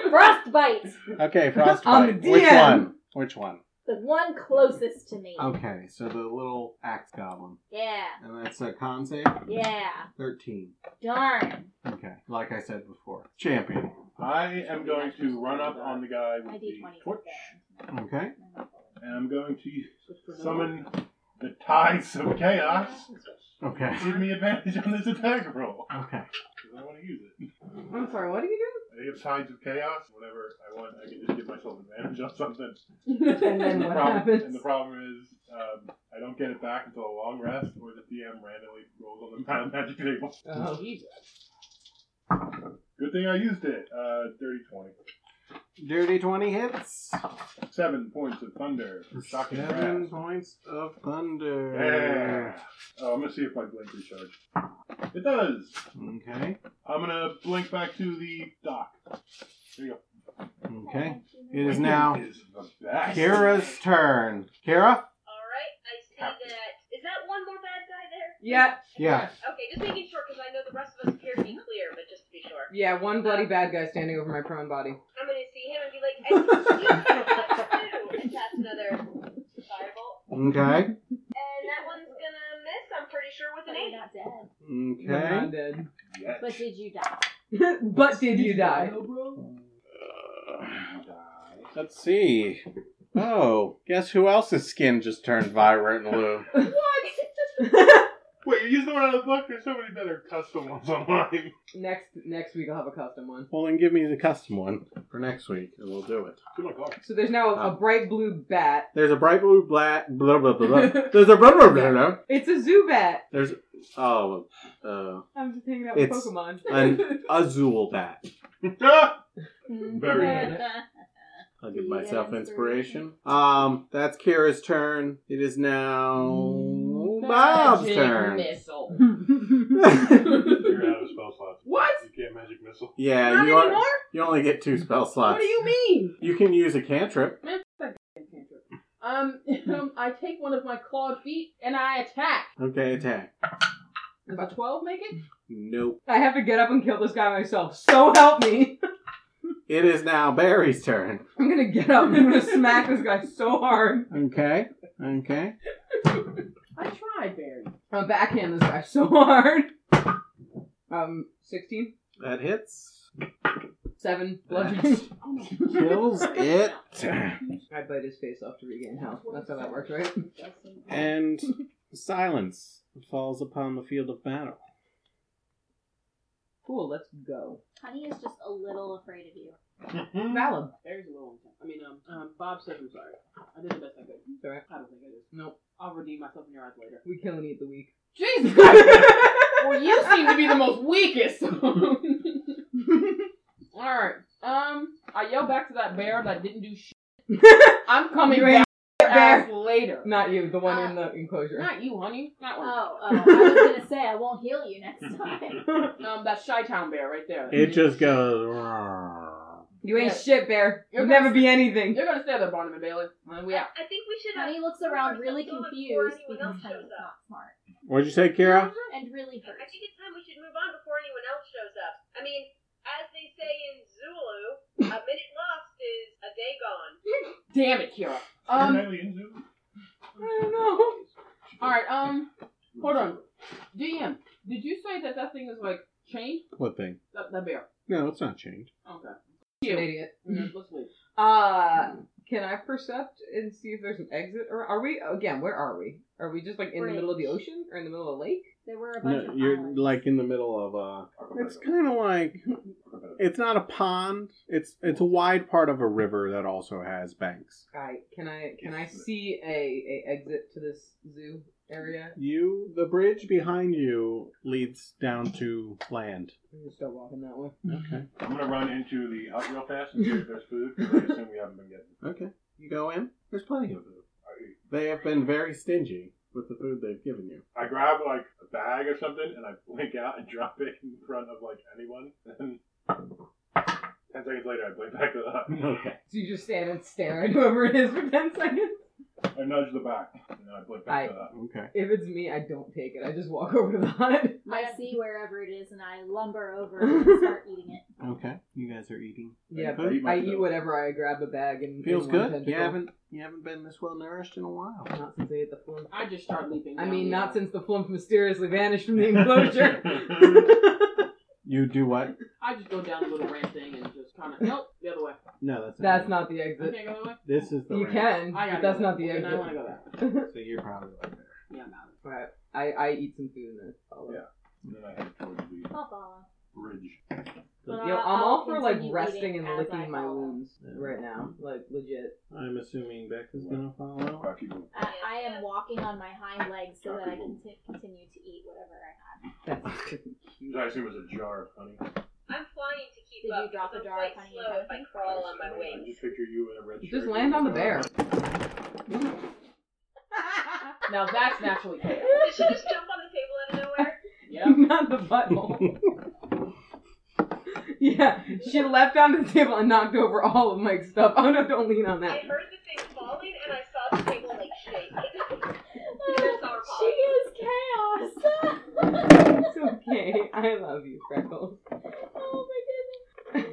[SPEAKER 3] Frostbite,
[SPEAKER 1] Okay, Frostbite.
[SPEAKER 2] On the
[SPEAKER 1] Which
[SPEAKER 2] DM.
[SPEAKER 1] one? Which one?
[SPEAKER 3] the one closest to me.
[SPEAKER 1] Okay, so the little axe goblin.
[SPEAKER 3] Yeah,
[SPEAKER 1] And that's a con save?
[SPEAKER 3] yeah.
[SPEAKER 1] 13.
[SPEAKER 3] Darn.
[SPEAKER 1] Okay, like I said before. Champion.
[SPEAKER 5] I am going to run up on the guy
[SPEAKER 3] My
[SPEAKER 5] with the
[SPEAKER 3] d20 is
[SPEAKER 5] torch,
[SPEAKER 3] bad.
[SPEAKER 1] Okay.
[SPEAKER 5] and I'm going to summon the tides of chaos.
[SPEAKER 1] Okay.
[SPEAKER 5] Give me advantage on this attack roll.
[SPEAKER 1] Okay.
[SPEAKER 5] 'Cause I want to use it.
[SPEAKER 2] I'm sorry. What are you
[SPEAKER 5] I have tides of chaos. Whatever I want, I can just give myself advantage on something.
[SPEAKER 2] doing? And then
[SPEAKER 5] the
[SPEAKER 2] what
[SPEAKER 5] problem,
[SPEAKER 2] happens?
[SPEAKER 5] And the problem is, um, I don't get it back until a long rest, or the DM randomly rolls on the ma- magic table.
[SPEAKER 2] Oh,
[SPEAKER 5] Good thing I used it. Uh, dirty 20.
[SPEAKER 1] Dirty 20 hits.
[SPEAKER 5] Seven points of thunder. Shocking
[SPEAKER 1] Seven
[SPEAKER 5] blast.
[SPEAKER 1] points of thunder.
[SPEAKER 5] Yeah. Oh, I'm gonna see if my blink recharge. It does.
[SPEAKER 1] Okay.
[SPEAKER 5] I'm gonna blink back to the dock.
[SPEAKER 1] Okay. It is now
[SPEAKER 5] Is the best.
[SPEAKER 1] Kara's turn. Kara?
[SPEAKER 4] All right, I see that. Is that one more bad guy there?
[SPEAKER 2] yeah,
[SPEAKER 1] Yeah.
[SPEAKER 4] Okay, just making sure because I know the rest of us appear to be clear, but just to be sure,
[SPEAKER 2] yeah. One bloody bad guy standing over my prone body.
[SPEAKER 4] I'm gonna see him and be like, "I see you too," and cast another firebolt.
[SPEAKER 1] Okay.
[SPEAKER 4] And that one's gonna miss. I'm pretty sure with
[SPEAKER 3] But
[SPEAKER 4] an
[SPEAKER 3] you're
[SPEAKER 4] eight.
[SPEAKER 3] not dead.
[SPEAKER 1] Okay.
[SPEAKER 2] I'm not dead.
[SPEAKER 5] Yes.
[SPEAKER 3] But did you die?
[SPEAKER 2] but did you die?
[SPEAKER 1] Let's see. Oh, guess who else's skin just turned vibrant blue?
[SPEAKER 5] Wait, you used the one out of the book? There's so many better custom ones online.
[SPEAKER 2] next next week I'll have a custom one.
[SPEAKER 1] Well, then give me the custom one for next week, and we'll do it.
[SPEAKER 5] Good luck, Clark.
[SPEAKER 2] So there's now
[SPEAKER 1] Oh.
[SPEAKER 2] a, a bright blue bat.
[SPEAKER 1] There's a bright blue black blah blah blah. blah. There's a blah blah blah. blah.
[SPEAKER 2] It's a zoo bat.
[SPEAKER 1] There's oh uh,
[SPEAKER 2] I'm just hanging out with
[SPEAKER 1] It's-
[SPEAKER 2] Pokemon.
[SPEAKER 1] an Azul bat.
[SPEAKER 5] Ah! Very
[SPEAKER 1] I'll
[SPEAKER 3] Do
[SPEAKER 1] give
[SPEAKER 3] you get
[SPEAKER 1] myself inspiration.
[SPEAKER 3] inspiration?
[SPEAKER 1] Um, that's Kara's turn. It is now Oh,
[SPEAKER 6] Mm,
[SPEAKER 1] Bob's
[SPEAKER 6] Magic
[SPEAKER 1] turn.
[SPEAKER 6] Missile.
[SPEAKER 5] You're out of spell slots.
[SPEAKER 6] What?
[SPEAKER 5] You can't magic missile.
[SPEAKER 1] yeah,
[SPEAKER 6] Not
[SPEAKER 1] you are,
[SPEAKER 6] anymore?
[SPEAKER 1] you only get two spell
[SPEAKER 6] What
[SPEAKER 1] slots.
[SPEAKER 6] do you mean?
[SPEAKER 1] You can use a cantrip.
[SPEAKER 6] Man, fuck that cantrip. Um, um, I take one of my clawed feet and I attack.
[SPEAKER 1] Okay, attack.
[SPEAKER 6] Does a 12 make it?
[SPEAKER 1] Nope.
[SPEAKER 2] I have to get up and kill this guy myself. So help me.
[SPEAKER 1] It is now Barry's turn.
[SPEAKER 2] I'm gonna get up and I'm gonna smack this guy so hard.
[SPEAKER 1] Okay. Okay.
[SPEAKER 6] I tried, Barry.
[SPEAKER 2] I'm gonna backhand this guy so hard. Um, 16?
[SPEAKER 1] That hits.
[SPEAKER 2] 7 bludgeoning.
[SPEAKER 1] That kills it.
[SPEAKER 2] I bite his face off to regain health. That's how that works, right?
[SPEAKER 1] And silence falls upon the field of battle.
[SPEAKER 2] Cool, let's go.
[SPEAKER 3] Honey is just a little afraid of you.
[SPEAKER 2] Valid.
[SPEAKER 6] Barry's a little intense. I mean, um, um, Bob says I'm sorry. I did the best I could.
[SPEAKER 2] It's alright.
[SPEAKER 6] I don't think I did.
[SPEAKER 2] Nope.
[SPEAKER 6] I'll redeem myself in your eyes later.
[SPEAKER 2] We kill and eat the weak.
[SPEAKER 6] Jesus Christ! well, you seem to be the most weakest. Alright. Um, I yell back to that bear that didn't do shit. I'm coming
[SPEAKER 2] You
[SPEAKER 6] back
[SPEAKER 2] ain't
[SPEAKER 6] to your
[SPEAKER 2] bear.
[SPEAKER 6] ass later.
[SPEAKER 2] Not you, the one in the enclosure.
[SPEAKER 6] Not you, honey. Not one.
[SPEAKER 3] Oh, oh, I was gonna say I won't heal you next time.
[SPEAKER 6] um, that Chi Town bear right there.
[SPEAKER 1] It just goes.
[SPEAKER 2] You ain't
[SPEAKER 6] Yeah.
[SPEAKER 2] shit, bear.
[SPEAKER 6] You're
[SPEAKER 2] You'll
[SPEAKER 6] gonna-
[SPEAKER 2] never be anything.
[SPEAKER 6] You're gonna stay there, Barnum and Bailey. And we out.
[SPEAKER 4] I think we should. uh,
[SPEAKER 3] Honey looks around really confused because Honey's not smart
[SPEAKER 1] What'd you say, Kara?
[SPEAKER 3] and really
[SPEAKER 4] I
[SPEAKER 3] hurt.
[SPEAKER 4] think it's time we should move on before anyone else shows up. I mean, as they say in Zulu, a minute lost is a day gone.
[SPEAKER 6] Damn it, Kira.
[SPEAKER 5] Um,
[SPEAKER 6] Um,
[SPEAKER 2] I don't know.
[SPEAKER 6] alright, um, hold on. DM, did you say that that thing is like chained?
[SPEAKER 1] What thing?
[SPEAKER 6] That, that bear.
[SPEAKER 1] No, it's not changed.
[SPEAKER 6] Okay.
[SPEAKER 2] An
[SPEAKER 6] You.
[SPEAKER 2] idiot.
[SPEAKER 6] Mhm, Let's leave.
[SPEAKER 2] Uh, Mm-hmm. can I percept and see if there's an exit? Or are we, again, where are we? Are we just like in the middle of the ocean or in the middle of a lake?
[SPEAKER 3] There were a bunch
[SPEAKER 1] No,
[SPEAKER 3] of
[SPEAKER 1] you're
[SPEAKER 3] islands.
[SPEAKER 1] like in the middle of uh, a. It's kind of like it's not a pond. It's it's a wide part of a river that also has banks.
[SPEAKER 2] Alright, can I can I see a, a exit to this zoo area?
[SPEAKER 1] You the bridge behind you leads down to land.
[SPEAKER 2] I'm gonna start walking that way.
[SPEAKER 1] Okay.
[SPEAKER 5] I'm gonna run into the hut real fast and see if there's food. Because I assume we haven't been getting.
[SPEAKER 1] Okay. You go in, there's plenty of food.
[SPEAKER 5] I,
[SPEAKER 1] They have been very stingy with the food they've given you.
[SPEAKER 5] I grab like a bag or something and I blink out and drop it in front of like anyone. And ten seconds later, I blink back to the hut.
[SPEAKER 1] Okay.
[SPEAKER 2] So you just stand and stare at whoever it is for 10 seconds?
[SPEAKER 5] I nudge the back and then I blink back to the hut.
[SPEAKER 1] Okay.
[SPEAKER 2] If it's me, I don't take it. I just walk over to the hut.
[SPEAKER 3] I see wherever it is and I lumber over and start eating it.
[SPEAKER 1] Okay. You guys are eating.
[SPEAKER 2] Yeah,
[SPEAKER 1] I
[SPEAKER 5] eat
[SPEAKER 2] I
[SPEAKER 5] myself.
[SPEAKER 2] eat whatever I grab a bag and
[SPEAKER 1] Feels
[SPEAKER 2] and one
[SPEAKER 1] good. You
[SPEAKER 2] tentacle.
[SPEAKER 1] haven't you haven't been this well nourished in a while.
[SPEAKER 2] Not since I ate the flump.
[SPEAKER 6] I just start leaping.
[SPEAKER 2] I
[SPEAKER 6] down
[SPEAKER 2] mean,
[SPEAKER 6] the
[SPEAKER 2] not
[SPEAKER 6] aisle.
[SPEAKER 2] since the flump mysteriously vanished from the enclosure.
[SPEAKER 1] You do what?
[SPEAKER 6] I just go down a little ramp thing and just kind of nope the other way.
[SPEAKER 1] No, that's
[SPEAKER 2] That's not the exit.
[SPEAKER 6] Okay, go the other way.
[SPEAKER 1] This is the
[SPEAKER 2] You
[SPEAKER 1] ramp.
[SPEAKER 2] can,
[SPEAKER 6] I
[SPEAKER 2] but
[SPEAKER 6] got
[SPEAKER 2] that's not the
[SPEAKER 6] And I want to
[SPEAKER 2] exit.
[SPEAKER 6] go that way.
[SPEAKER 1] So you're probably like there.
[SPEAKER 6] Yeah, I'm out.
[SPEAKER 2] But I, I eat some food and then follow.
[SPEAKER 5] Yeah. And then I head towards the
[SPEAKER 3] I'll follow.
[SPEAKER 5] bridge.
[SPEAKER 3] But
[SPEAKER 2] Yo,
[SPEAKER 3] I'll-
[SPEAKER 2] I'm all
[SPEAKER 3] Uh, I'll
[SPEAKER 2] for like
[SPEAKER 3] continue
[SPEAKER 2] resting
[SPEAKER 3] eating
[SPEAKER 2] and
[SPEAKER 3] as I
[SPEAKER 2] licking my
[SPEAKER 3] follow.
[SPEAKER 2] wounds
[SPEAKER 1] Yeah.
[SPEAKER 2] right now, like legit.
[SPEAKER 1] I'm assuming Beck is gonna follow.
[SPEAKER 5] I keep going.
[SPEAKER 3] I, I am walking on my hind legs so that I can t- continue to eat whatever I have.
[SPEAKER 2] That's freaking cute.
[SPEAKER 5] I assume it's a jar of honey.
[SPEAKER 4] I'm flying to keep
[SPEAKER 3] Did you
[SPEAKER 4] up.
[SPEAKER 3] drop
[SPEAKER 4] because
[SPEAKER 3] a
[SPEAKER 4] I'm
[SPEAKER 3] jar of
[SPEAKER 4] quite
[SPEAKER 3] honey
[SPEAKER 4] slow
[SPEAKER 3] in
[SPEAKER 4] if I
[SPEAKER 3] front of you?
[SPEAKER 4] crawl on my
[SPEAKER 5] I
[SPEAKER 4] wings.
[SPEAKER 5] just picture you in a red shirt.
[SPEAKER 2] Just land on the bear.
[SPEAKER 6] Now that's naturally chaos.
[SPEAKER 4] Did she just jump on the table out of nowhere?
[SPEAKER 6] Yep.
[SPEAKER 2] Not the butthole. yeah, she leapt onto the table and knocked over all of Mike's stuff. Oh no, don't lean on
[SPEAKER 4] I
[SPEAKER 2] that.
[SPEAKER 4] heard the thing falling and I saw the table like shake. That's our
[SPEAKER 3] she is chaos.
[SPEAKER 2] It's okay. I love you, Freckles.
[SPEAKER 3] oh my goodness.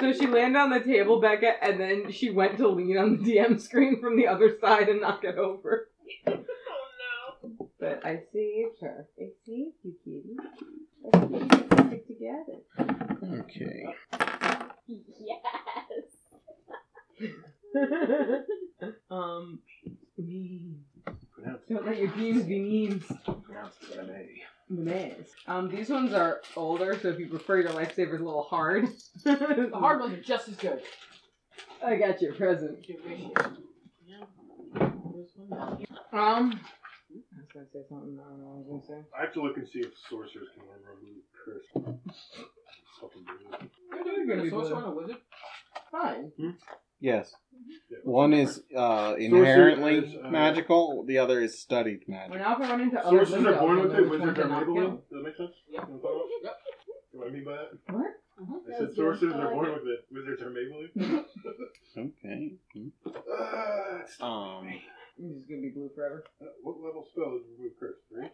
[SPEAKER 2] So she landed on the table, Becca, and then she went to lean on the DM screen from the other side and knock it over.
[SPEAKER 4] Oh no.
[SPEAKER 2] But I saved her. I saved you, kitty. I saved you. Let's Stick together.
[SPEAKER 1] Okay.
[SPEAKER 3] Yes.
[SPEAKER 2] um, memes.
[SPEAKER 5] Pronounce
[SPEAKER 2] Don't let your dreams be memes.
[SPEAKER 5] pronounce it with an A.
[SPEAKER 2] Memes. Um, these ones are older, so if you prefer your lifesavers a little hard. the
[SPEAKER 6] The hard ones are just as good.
[SPEAKER 2] I got your present.
[SPEAKER 6] Duration. Yeah. This one.
[SPEAKER 2] Um, I was gonna say something. I don't know what I was gonna say.
[SPEAKER 5] I have to look and see if sorcerers can remove curse. Fucking blue.
[SPEAKER 2] You're gonna
[SPEAKER 6] You're
[SPEAKER 2] be
[SPEAKER 6] a sorcerer
[SPEAKER 2] blue.
[SPEAKER 6] and a wizard.
[SPEAKER 2] Fine.
[SPEAKER 1] Yes.
[SPEAKER 5] Yeah.
[SPEAKER 1] One is uh,
[SPEAKER 5] Sorcery
[SPEAKER 1] inherently
[SPEAKER 5] is, uh,
[SPEAKER 1] magical. The other is studied
[SPEAKER 2] We're
[SPEAKER 1] magic.
[SPEAKER 2] not gonna run into other
[SPEAKER 5] Sorcerers are born
[SPEAKER 2] windows,
[SPEAKER 5] with it,
[SPEAKER 2] which one
[SPEAKER 5] wizards are
[SPEAKER 2] cannot
[SPEAKER 5] made with
[SPEAKER 2] count.
[SPEAKER 5] it. Does that make sense?
[SPEAKER 6] Yep.
[SPEAKER 5] You follow? You know what I mean by that?
[SPEAKER 2] What?
[SPEAKER 5] I said sorcerers are born with it, wizards are made with it.
[SPEAKER 1] Okay. Hmm.
[SPEAKER 5] Ah, it's-
[SPEAKER 1] Um.
[SPEAKER 2] He's just gonna be blue forever.
[SPEAKER 5] uh, what level spell is remove curse? Three?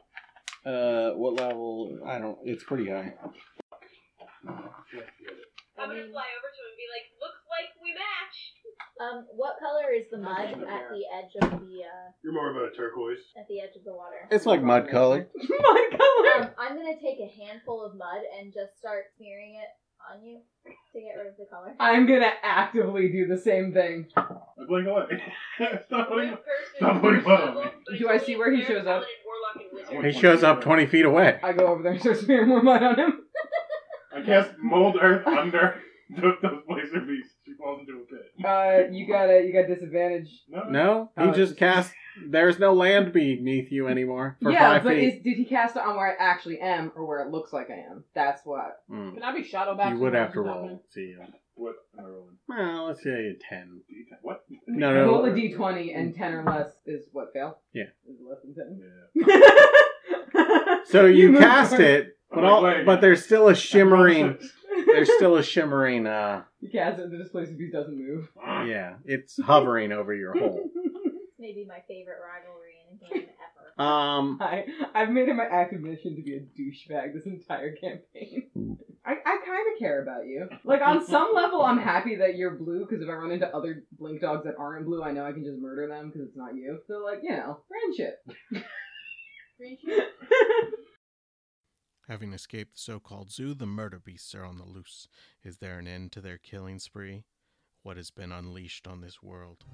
[SPEAKER 1] Uh. What level? I don't. It's pretty high.
[SPEAKER 5] Yeah, you got it.
[SPEAKER 4] I'm gonna fly over to him and be like, looks like we match.
[SPEAKER 3] Um, what color is the mud at the edge of the uh,
[SPEAKER 5] You're more about a turquoise.
[SPEAKER 3] at the edge of the water?
[SPEAKER 1] It's like mud color.
[SPEAKER 2] Oh My color.
[SPEAKER 3] Um, I'm gonna take a handful of mud and just start smearing it on you to get rid of the color.
[SPEAKER 2] I'm gonna actively do the same thing.
[SPEAKER 5] I blink away. Stop putting
[SPEAKER 4] Remove curse is
[SPEAKER 5] Stop putting
[SPEAKER 4] first
[SPEAKER 5] blood on
[SPEAKER 4] level,
[SPEAKER 5] me.
[SPEAKER 4] but
[SPEAKER 2] Do
[SPEAKER 4] it's
[SPEAKER 2] I see
[SPEAKER 4] only
[SPEAKER 2] where he
[SPEAKER 4] cleric,
[SPEAKER 2] shows up?
[SPEAKER 4] paladin, warlock, and wizard.
[SPEAKER 5] He shows up 20
[SPEAKER 1] feet away.
[SPEAKER 2] I go over there and start smearing more mud on him.
[SPEAKER 5] I cast mold earth under those blazer beasts. She falls into a pit.
[SPEAKER 2] Uh, you got a you got disadvantage.
[SPEAKER 5] No.
[SPEAKER 1] No, he
[SPEAKER 2] Oh,
[SPEAKER 1] just
[SPEAKER 2] it's-
[SPEAKER 1] cast. There's no land beneath you anymore for
[SPEAKER 2] yeah,
[SPEAKER 1] five
[SPEAKER 2] but
[SPEAKER 1] feet.
[SPEAKER 2] is, did he cast it on where I actually am or where it looks like I am? That's what.
[SPEAKER 1] Hmm.
[SPEAKER 6] Can I be shadow back?
[SPEAKER 1] You would have to
[SPEAKER 6] sometimes?
[SPEAKER 1] roll. See. uh,
[SPEAKER 5] What am I rolling?
[SPEAKER 1] Well, let's say a ten.
[SPEAKER 5] D10. What?
[SPEAKER 1] No,
[SPEAKER 2] Roll a
[SPEAKER 1] no.
[SPEAKER 2] d twenty and ten or less is what fail.
[SPEAKER 1] Yeah.
[SPEAKER 2] Is less than ten.
[SPEAKER 5] Yeah.
[SPEAKER 1] So you
[SPEAKER 2] moved
[SPEAKER 1] cast
[SPEAKER 2] forward.
[SPEAKER 1] it, but
[SPEAKER 5] I'm like,
[SPEAKER 1] all,
[SPEAKER 5] wait.
[SPEAKER 1] but there's still a shimmering. There's
[SPEAKER 2] you
[SPEAKER 1] still a shimmering. Uh,
[SPEAKER 2] cast it and the displaces beast doesn't move.
[SPEAKER 1] yeah, it's hovering over your hole.
[SPEAKER 3] It's maybe my favorite rivalry in a game ever.
[SPEAKER 1] Um,
[SPEAKER 2] I I've made it my active mission to be a douchebag this entire campaign. I, I kind of care about you. Like on some level, I'm happy that you're blue because if I run into other blink dogs that aren't blue, I know I can just murder them because it's not you. So like you know, friendship.
[SPEAKER 7] Having escaped the so called zoo, the murder beasts are on the loose. Is there an end to their killing spree? What has been unleashed on this world?